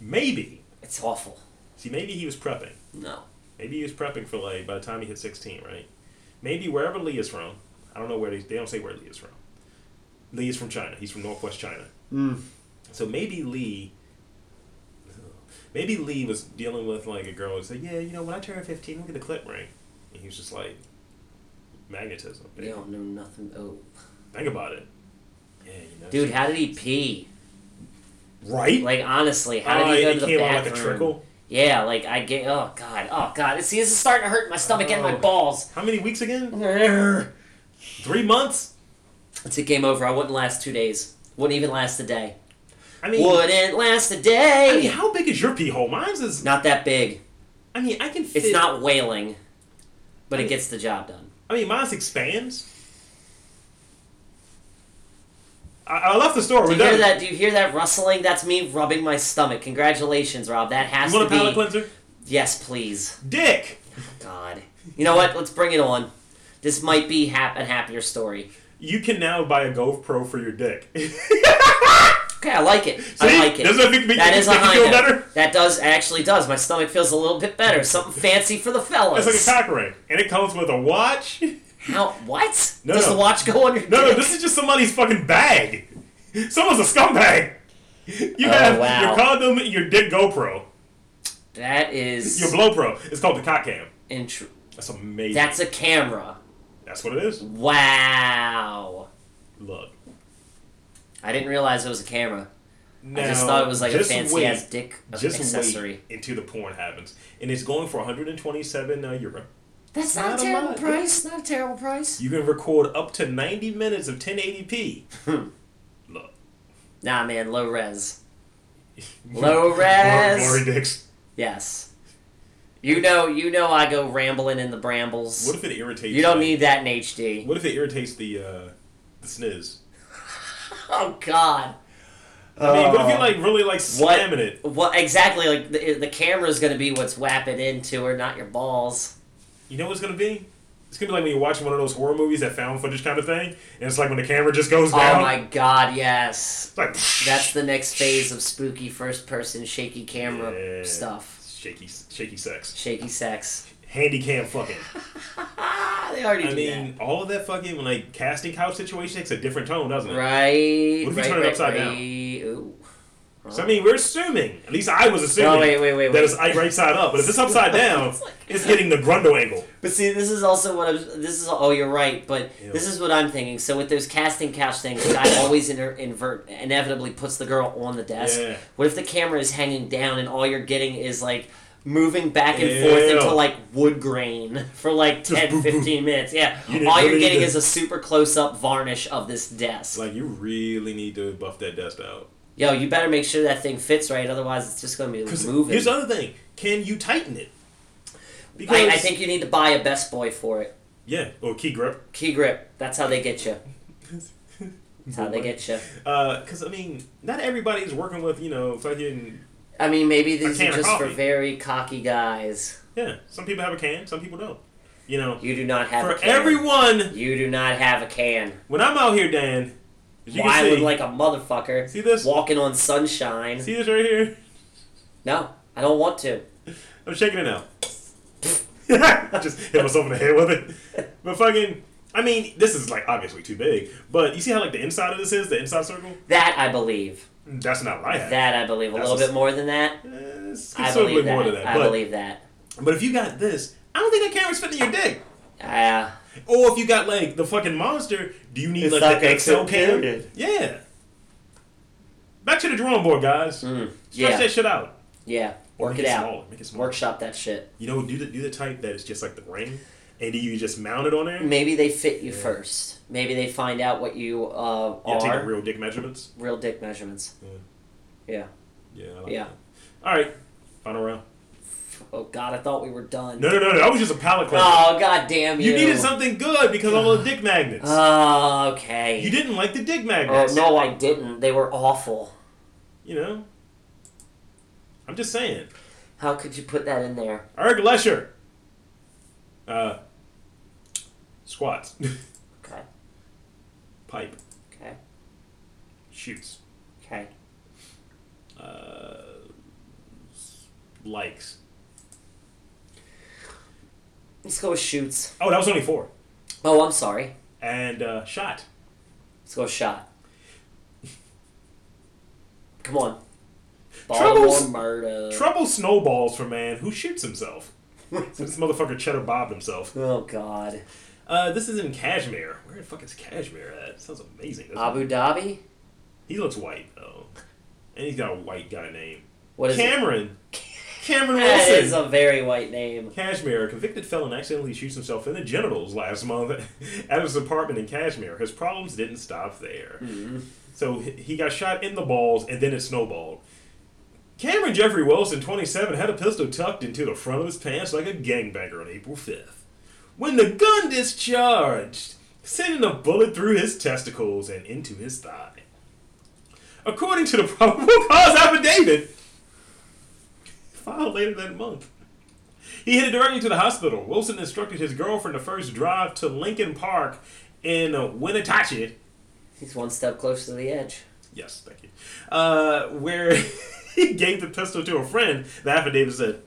S1: maybe.
S2: It's awful.
S1: See, maybe he was prepping.
S2: No.
S1: Maybe he was prepping for like by the time he hit sixteen, right? Maybe wherever Lee is from, I don't know where they, they don't say where Lee is from. Lee is from China. He's from Northwest China. So maybe Lee, maybe Lee was dealing with like a girl and said, "Yeah, you know, when I turn fifteen, look at the clip ring," and he was just like, "Magnetism."
S2: You don't know nothing. Oh.
S1: Think about it. Yeah, you know,
S2: Dude, how did he pee?
S1: right?
S2: Like, honestly, how
S1: Oh,
S2: did he go
S1: it
S2: to the
S1: came
S2: bathroom?
S1: out like a trickle.
S2: Yeah, like I get. Oh god. Oh god. See, this is starting to hurt my stomach and my
S1: Oh.
S2: balls.
S1: How many weeks again?
S2: It's
S1: Three months?
S2: a game over. I wouldn't last two days. Wouldn't even last a day.
S1: I mean,
S2: Wouldn't last a
S1: I mean,
S2: day.
S1: how big is your pee hole? Mine's is.
S2: Not that big.
S1: I mean, I can fit.
S2: It's not wailing, but
S1: I
S2: it
S1: mean-
S2: gets the job done.
S1: I mean, mine's expands. I, I left the store.
S2: Do
S1: We're
S2: you hear
S1: done.
S2: that? Do you hear that rustling? That's me rubbing my stomach. Congratulations, Rob. That has
S1: You want a
S2: to
S1: palate
S2: be.
S1: cleanser?
S2: Yes, please.
S1: Dick.
S2: God. You know what? Let's bring it on. This might be hap- a happier story.
S1: You can now buy a GoPro for your dick.
S2: Okay, I like it.
S1: See?
S2: I like it.
S1: Doesn't that make me,
S2: That
S1: make
S2: is a
S1: you
S2: high
S1: feel
S2: note.
S1: better?
S2: That does it actually does. My stomach feels a little bit better. Something fancy for the fellas.
S1: It's like a cock ring, and it comes with a watch. No,
S2: How? What?
S1: No,
S2: does
S1: no.
S2: the watch go on your
S1: no,
S2: dick?
S1: this is just somebody's fucking bag. Someone's a scumbag. You
S2: Oh,
S1: have
S2: wow.
S1: your condom, your dick GoPro,
S2: that
S1: your
S2: is
S1: blow pro. It's called the cock cam.
S2: intr-
S1: That's amazing.
S2: That's a camera.
S1: That's what it is.
S2: Wow.
S1: Look.
S2: I didn't realize it was a camera.
S1: Now,
S2: I just thought it was like a
S1: just
S2: fancy
S1: wait.
S2: ass dick
S1: Just
S2: accessory.
S1: wait until the porn happens, and it's going for 127 uh, euro.
S2: That's
S1: not a Not a terrible lot. price,
S2: Not a terrible price.
S1: You can record up to 90 minutes of 1080p. Look,
S2: Nah, man. Low res.
S1: Glory-
S2: Low
S1: glory
S2: res.
S1: dicks.
S2: Yes. You know, you know, I go rambling in the brambles.
S1: What if it irritates?
S2: You don't
S1: the-
S2: need that in HD.
S1: What if it irritates the uh, the sniz?
S2: Oh God.
S1: I mean, what
S2: Uh,
S1: if you're like really like slamming it?
S2: What exactly? Like the, the camera's gonna be what's whapping into, or not your balls.
S1: You know what it's gonna be? It's gonna be like when you're watching one of those horror movies, that found footage kind of thing, and it's like when the camera just goes down.
S2: Oh my God! Yes,
S1: It's like
S2: that's the next phase of spooky first-person shaky camera
S1: Yeah.
S2: stuff.
S1: shaky, shaky sex,
S2: Shaky sex.
S1: handy cam fucking.
S2: Ah, they already
S1: I
S2: do
S1: mean, all of that fucking like casting couch situation takes a different tone, doesn't
S2: that.
S1: it?
S2: Right.
S1: What if you
S2: right,
S1: turn it
S2: right,
S1: upside down?
S2: right. Ooh.
S1: So I mean, we're assuming. At least I was assuming.
S2: No, wait, wait, wait,
S1: That
S2: wait.
S1: it's like right side up, but if it's upside down, it's,
S2: It's like-
S1: getting the grundle angle.
S2: But see, this is also what I'm. This is oh, you're right. But this is what I'm thinking. So with those casting couch things, the guy always inter- invert inevitably puts the girl on the desk.
S1: Yeah.
S2: What if the camera is hanging down and all you're getting is like moving back and forth
S1: Ew.
S2: into like wood grain for like 10,
S1: boop, boop.
S2: 15 minutes. Yeah.
S1: You didn't
S2: All you're
S1: really
S2: getting
S1: need to-
S2: is a super close up varnish of this desk.
S1: Like you really need to buff that dust out.
S2: Yo, you better make sure that thing fits right, otherwise it's just going to be
S1: Because
S2: moving.
S1: here's the other thing: can you tighten it? Because
S2: I, I think you need to buy a best boy for it.
S1: yeah, or key grip.
S2: Key grip. That's how they get you. That's how they get you.
S1: Because Uh, I mean, not everybody's working with you know fucking
S2: I mean, maybe these
S1: can
S2: are
S1: of
S2: just for
S1: coffee.
S2: very cocky guys.
S1: yeah. Some people have a can, some people don't. You know,
S2: You do not have a
S1: for
S2: can.
S1: everyone,
S2: You do not have a can.
S1: when I'm out here, Dan, as you
S2: Why
S1: can
S2: would
S1: see,
S2: like a motherfucker
S1: see this,
S2: walking on sunshine?
S1: see this right here.
S2: No, I don't want to.
S1: I'm shaking it out. Just hit myself in the head with it. But fucking, I mean, this is like obviously too big. But you see how like the inside of this is the inside circle? Mm,
S2: That I believe.
S1: That's not what I have.
S2: That I believe. A
S1: That's
S2: little
S1: a-
S2: bit more than that.
S1: Eh, it's
S2: I
S1: considerably
S2: believe
S1: more
S2: that.
S1: than that.
S2: I
S1: but,
S2: believe that.
S1: but if you got this, I don't think that camera's fitting your dick.
S2: Uh,
S1: Or if you got like the fucking monster, do you need
S2: It's
S1: like
S2: not
S1: the
S2: gonna
S1: XL
S2: fit,
S1: cam?
S2: period.
S1: Yeah. Back to the drawing board, guys.
S2: mm,
S1: Stretch
S2: yeah,
S1: that shit out.
S2: yeah.
S1: Or
S2: Work
S1: make
S2: it out.
S1: Smaller. Make it smaller.
S2: Workshop that shit.
S1: You know, do the do the type that is just like the ring, and do you just mount it on there?
S2: Maybe they fit you
S1: Yeah.
S2: first. Maybe they find out what you uh,
S1: Yeah,
S2: are.
S1: taking real dick measurements.
S2: real dick measurements.
S1: Yeah. I like
S2: Yeah.
S1: That. All right. Final round.
S2: Oh God, I thought we were done.
S1: No, no, no, no. That was just a palate cleanser.
S2: Oh God damn you!
S1: you needed something good because all the dick magnets.
S2: Oh, okay.
S1: you didn't like the dick
S2: Oh,
S1: magnets.
S2: no, I didn't. They were awful.
S1: You know. I'm just saying.
S2: How could you put that in there?
S1: Eric Lesher. Uh. Squats.
S2: Okay,
S1: Pipe.
S2: okay,
S1: Shoots.
S2: okay.
S1: Uh. s- Likes.
S2: Let's go with shoots.
S1: Oh, that was only four.
S2: Oh, I'm sorry.
S1: And uh, shot.
S2: Let's go with shot. Come on.
S1: Troubles-
S2: Baltimore murder.
S1: Trouble snowballs for man who shoots himself. This motherfucker cheddar bobbed himself.
S2: oh God.
S1: Uh, this is in Kashmir. Where the fuck is Kashmir at? Sounds amazing. doesn't it?
S2: Abu Dhabi.
S1: He looks white though, and he's got a white guy name.
S2: What is it?
S1: Cameron. Cameron
S2: That
S1: Wilson.
S2: is a very white name.
S1: Kashmir, a convicted felon, accidentally shoots himself in the genitals last month at his apartment in Kashmir. His problems didn't stop there. So h- he got shot in the balls, and then it snowballed. Cameron Jeffrey Wilson, 27, had a pistol tucked into the front of his pants like a gangbanger on April 5th. When the gun discharged, sending a bullet through his testicles and into his thigh. According to the probable cause affidavit, filed later that month. He headed directly to the hospital. Wilson instructed his girlfriend to first drive to Lincoln Park in Winnetachi.
S2: He's one step closer to the edge.
S1: Yes, thank you. Uh, where he gave the pistol to a friend. The affidavit said,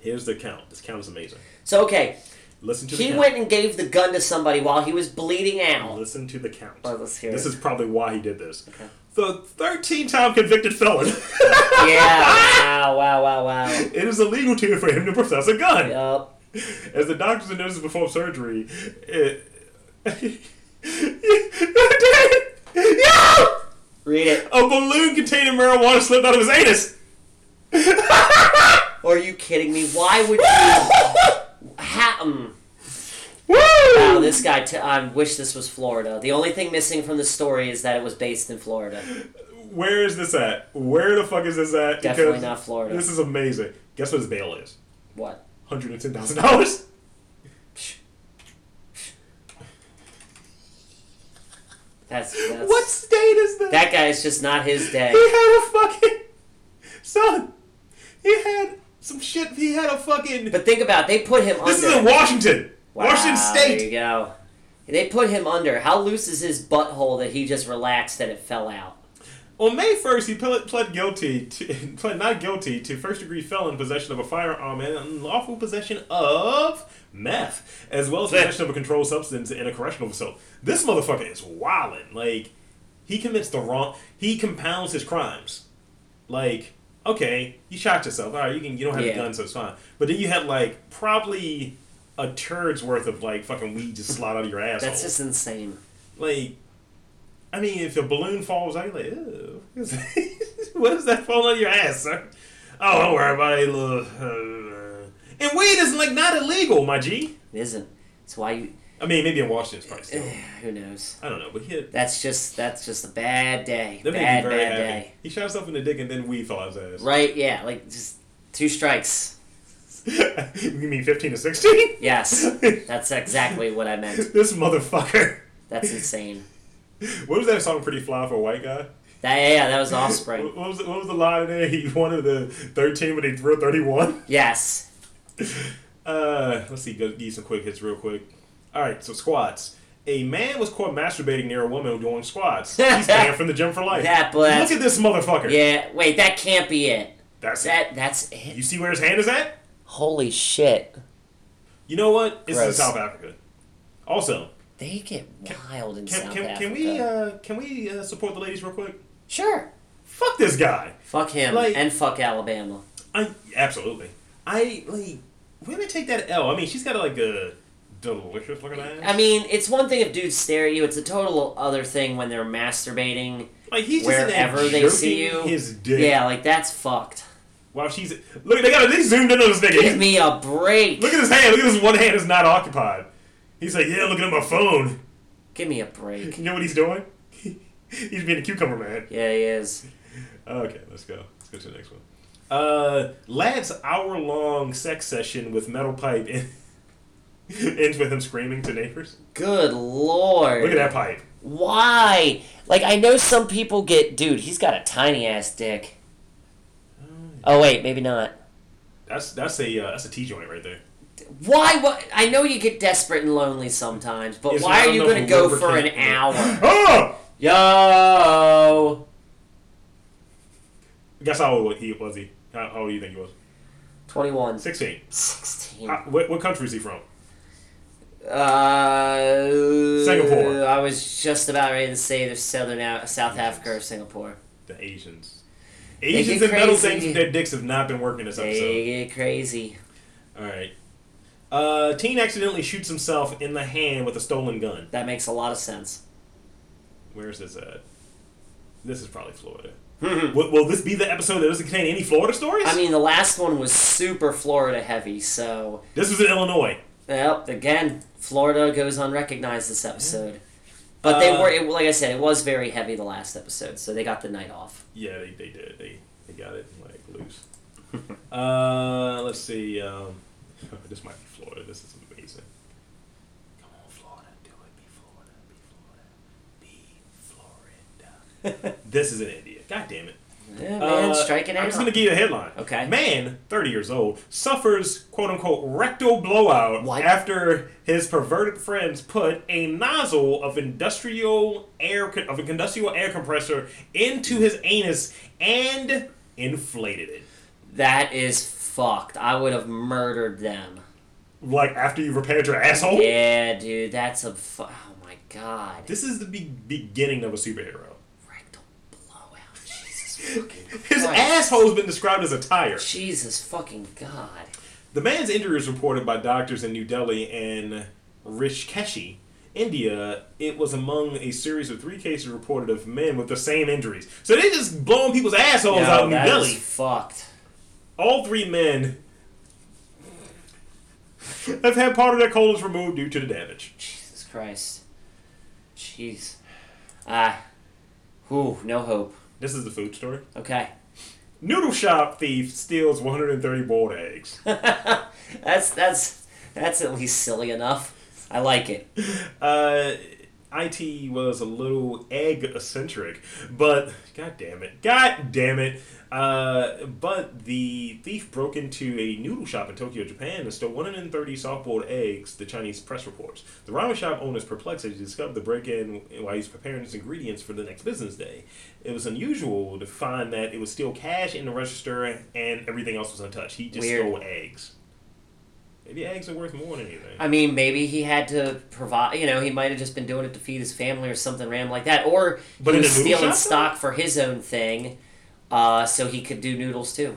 S1: "Here's the count. This count is amazing.
S2: So okay,
S1: Listen to the
S2: he
S1: count.
S2: went and gave the gun to somebody while he was bleeding out.
S1: Listen to the count.
S2: Oh, let's hear
S1: this
S2: it.
S1: is probably why he did this.
S2: Okay.
S1: The 13-time convicted felon.
S2: yeah. Wow. Wow. Wow. Wow.
S1: it is illegal to for him to possess a gun.
S2: Yup.
S1: As the doctors and nurses perform surgery, it. Yeah!
S2: Read it.
S1: A balloon containing marijuana slipped out of his anus.
S2: Are you kidding me? Why would you? Ha- mm.
S1: Woo!
S2: Wow, this guy. T- I wish this was Florida. The only thing missing from the story is that it was based in Florida.
S1: Where is this at? Where the fuck is this at?
S2: Definitely
S1: Because
S2: not Florida.
S1: This is amazing. Guess what his bail is?
S2: What?
S1: Hundred and ten thousand dollars.
S2: Psh. Psh. That's, that's
S1: What state is this?
S2: that guy is just not his day.
S1: He had a fucking son. He had some shit. He had a fucking.
S2: But think about it, they put him
S1: this
S2: under.
S1: is in Washington.
S2: Wow,
S1: Washington State.
S2: There you go. They put him under. How loose is his butthole that he just relaxed and it fell out?
S1: On May 1st, he ple- pled guilty to, pled not guilty to first degree felon possession of a firearm and unlawful possession of meth, as well as possession of a controlled substance in a correctional facility. This motherfucker is wildin'. Like, he commits the wrong. He compounds his crimes. Like, okay, you shot yourself. All right, you can. You don't have
S2: Yeah.
S1: a gun, so it's fine. But then you had like probably a turd's worth of like fucking weed just slide out of your asshole.
S2: That's just insane.
S1: Like, I mean, if a balloon falls out, you're like, ew. what is that falling out of your ass, sir? Oh, don't worry about it. Little, uh, and weed is like not illegal, my G.
S2: It isn't. It's why you.
S1: I mean, maybe in Washington it's probably still.
S2: Who knows?
S1: I don't know, but he had,
S2: That's just that's just a bad day.
S1: that made
S2: bad
S1: me
S2: bad
S1: very happy.
S2: day.
S1: He shot himself in the dick and then weed fell out his ass.
S2: Right? Yeah. Like just two strikes.
S1: you mean fifteen to sixteen?
S2: Yes. That's exactly what I meant.
S1: this motherfucker.
S2: That's insane.
S1: What was that song? Pretty fly for a white guy.
S2: That yeah, that was Offspring.
S1: What was the, what was the line in there? He wanted the thirteen, but he threw thirty one.
S2: Yes.
S1: Uh, let's see. Go give you some quick hits real quick. All right, so squats. A man was caught masturbating near a woman doing squats. He's banned from the gym for life.
S2: That blast.
S1: Look at this motherfucker.
S2: Yeah. Wait, that can't be it.
S1: That's it.
S2: That that's it.
S1: You see where his hand is at?
S2: Holy shit.
S1: You know what? It's in
S2: Gross.
S1: South Africa. Also,
S2: They get wild in
S1: can,
S2: South
S1: can,
S2: Africa.
S1: can we uh, can we uh, support the ladies real quick?
S2: Sure.
S1: Fuck this guy.
S2: Fuck him
S1: Like-
S2: and fuck Alabama.
S1: I absolutely. I like women take that L. I mean, she's got like a delicious looking ass.
S2: I mean, it's one thing if dudes stare at you. It's a total other thing when they're masturbating.
S1: like he's just in there
S2: Wherever they see you,
S1: jerking his dick.
S2: yeah, like that's fucked.
S1: Wow, she's look. They got they zoomed in on this nigga.
S2: Give me a break.
S1: Look at his hand. Look at his one hand is not occupied. He's like, yeah, looking at my phone.
S2: Give me a break.
S1: You know what he's doing? he's being a cucumber man.
S2: Yeah, he is.
S1: Okay, let's go. Let's go to the next one. Uh, lad's hour-long sex session with metal pipe in- ends with him screaming to neighbors.
S2: Good lord.
S1: Look at that pipe.
S2: Why? Like I know some people get, dude. He's got a tiny ass dick. Oh wait, maybe not.
S1: That's that's a uh, that's a T joint right there.
S2: Why? What? I know you get desperate and lonely sometimes, but
S1: It's
S2: why
S1: not
S2: are you
S1: enough
S2: going to go for an
S1: lubricant.
S2: hour?
S1: Oh,
S2: Yo,
S1: guess how old he was. He how, how old do you think he was?
S2: twenty-one,
S1: Sixteen.
S2: sixteen.
S1: Uh, what, what country is he from?
S2: Uh,
S1: Ah. Singapore.
S2: I was just about ready to say the southern Af- South Africa or Singapore.
S1: The Asians. Asians
S2: get
S1: and metal
S2: crazy.
S1: things with their dicks have not been working this episode.
S2: They get crazy.
S1: All right. Uh, teen accidentally shoots himself in the hand with a stolen gun.
S2: That makes a lot of sense.
S1: Where's this at? This is probably Florida. will, will this be the episode that doesn't contain any Florida stories?
S2: I mean, the last one was super Florida heavy, so
S1: this was in Illinois.
S2: well, again, Florida goes unrecognized this episode. But they
S1: Uh,
S2: were, it, like I said, it was very heavy the last episode, so they got the night off.
S1: Yeah, they, they did. They they got it like loose. uh, let's see. Um, this might be Florida. This is amazing. Come on, Florida, do it. Be Florida. Be Florida. Be Florida. this is in India. God damn it.
S2: Yeah, man,
S1: Uh,
S2: striking out.
S1: I'm just gonna give you a headline.
S2: Okay.
S1: Man, 30 years old, suffers quote unquote rectal blowout
S2: What?
S1: after his perverted friends put a nozzle of industrial air con- of an industrial air compressor into his anus and inflated it.
S2: that is fucked. I would have murdered them.
S1: Like after you repaired your asshole.
S2: Yeah, dude, that's a fu- oh my god.
S1: This is the be- beginning of a superhero.
S2: rectal blowout. Jesus fucking
S1: His
S2: Christ.
S1: asshole's been described as a tire.
S2: Jesus fucking God.
S1: The man's injury was reported by doctors in New Delhi and Rishikesh, India. It was among a series of three cases reported of men with the same injuries. So they just blowing people's assholes out in New
S2: that
S1: Delhi.
S2: is fucked.
S1: All three men have had part of their colons removed due to the damage.
S2: Jesus Christ. Jeez. Ah. Whew, no hope.
S1: This is the food story.
S2: Okay.
S1: Noodle shop thief steals 130 boiled eggs.
S2: That's that's that's at least silly enough. I like it.
S1: Uh, IT was a little egg eccentric, but god damn it, god damn it. Uh, but the thief broke into a noodle shop in Tokyo, Japan, and stole 130 soft-boiled eggs. The Chinese press reports. The ramen shop owner is perplexed as he discovered the break-in while he's preparing his ingredients for the next business day. It was unusual to find that it was still cash in the register and everything else was untouched. He just
S2: Weird.
S1: stole eggs. Maybe eggs are worth more than anything.
S2: I mean, maybe he had to provide. You know, he might have just been doing it to feed his family or something random like that, or
S1: But
S2: he
S1: in
S2: was
S1: a noodle
S2: stealing
S1: shop, though?
S2: stock for his own thing, uh, so he could do noodles too,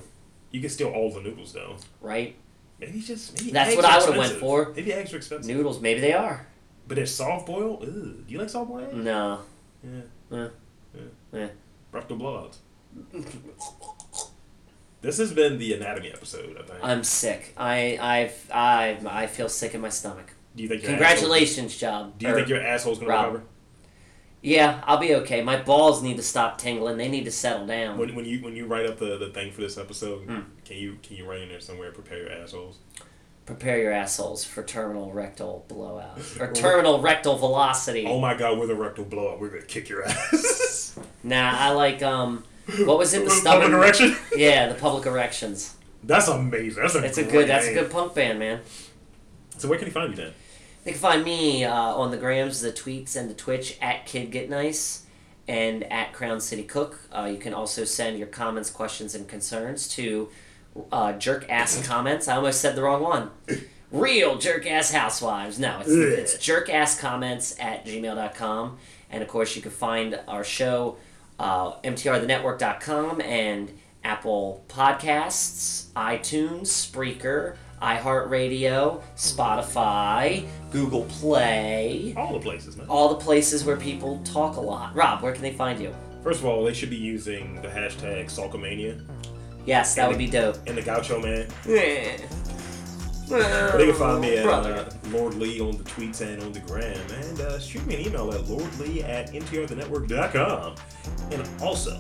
S1: You can steal all the noodles though.
S2: right?
S1: Maybe just maybe
S2: That's
S1: eggs
S2: what
S1: are
S2: I would've went
S1: expensive.
S2: for.
S1: Maybe eggs are expensive,
S2: Noodles, maybe they are.
S1: but it's soft boiled. Ooh, do you like soft boiled eggs?
S2: No.
S1: Yeah,
S2: Eh.
S1: Yeah.
S2: Eh.
S1: rectal blowouts. This has been the anatomy episode, I think.
S2: I'm sick. I I've I I feel sick in my stomach.
S1: do you think your
S2: Congratulations, job.
S1: Asshole, do you think your asshole's gonna
S2: Rob.
S1: recover
S2: Yeah, I'll be okay. My balls need to stop tingling. They need to settle down.
S1: when, when you when you write up the, the thing for this episode?
S2: Mm.
S1: Can you can you write in there somewhere? Prepare your assholes.
S2: Prepare your assholes for terminal rectal blowout or terminal rectal velocity.
S1: Oh my god, with a rectal blow up, we're gonna kick your ass.
S2: Nah, I like um. What was it? The
S1: Public
S2: stubborn.
S1: erection.
S2: Yeah, the public erections.
S1: That's amazing. That's a
S2: It's a
S1: great
S2: good. That's a
S1: name.
S2: good punk band, man.
S1: So where can you find me then?
S2: They can find me uh, on the grams, the tweets, and the Twitch at Kid Get Nice and at Crown City Cook. Uh, you can also send your comments, questions, and concerns to uh, Jerk Ass Comments. I almost said the wrong one. Real Jerk Ass Housewives. No, it's,
S1: Ugh.
S2: it's Jerk Ass Comments at gmail.com. And of course, you can find our show uh, mtrthenetwork.com and Apple Podcasts, iTunes, Spreaker, iHeartRadio, Spotify, Google Play,
S1: All the places, man.
S2: all the places where people talk a lot. Rob, where can they find you?
S1: First of all, they should be using the hashtag Salkomania
S2: Yes, that would be dope.
S1: and the Gaucho Man.
S2: Yeah.
S1: They can find me at
S2: Oh. Brother.
S1: uh, Lord Lee on the tweets and on the gram. And uh, shoot me an email at lordlee at ntrthenetwork.com. And also,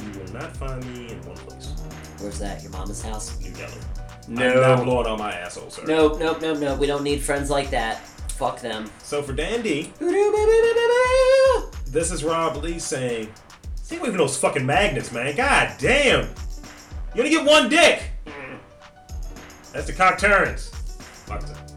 S1: you will not find me in one place
S2: Where's that? Your mama's house?
S1: New Delhi.
S2: No.
S1: I'm not blowing on my asshole, sir.
S2: Nope, nope, nope, nope. We don't need friends like that. Fuck them.
S1: So for Dandy, this is Rob Lee saying, see waving those fucking magnets, man. God damn. You only get one dick. That's the cock turns. Fuck it up.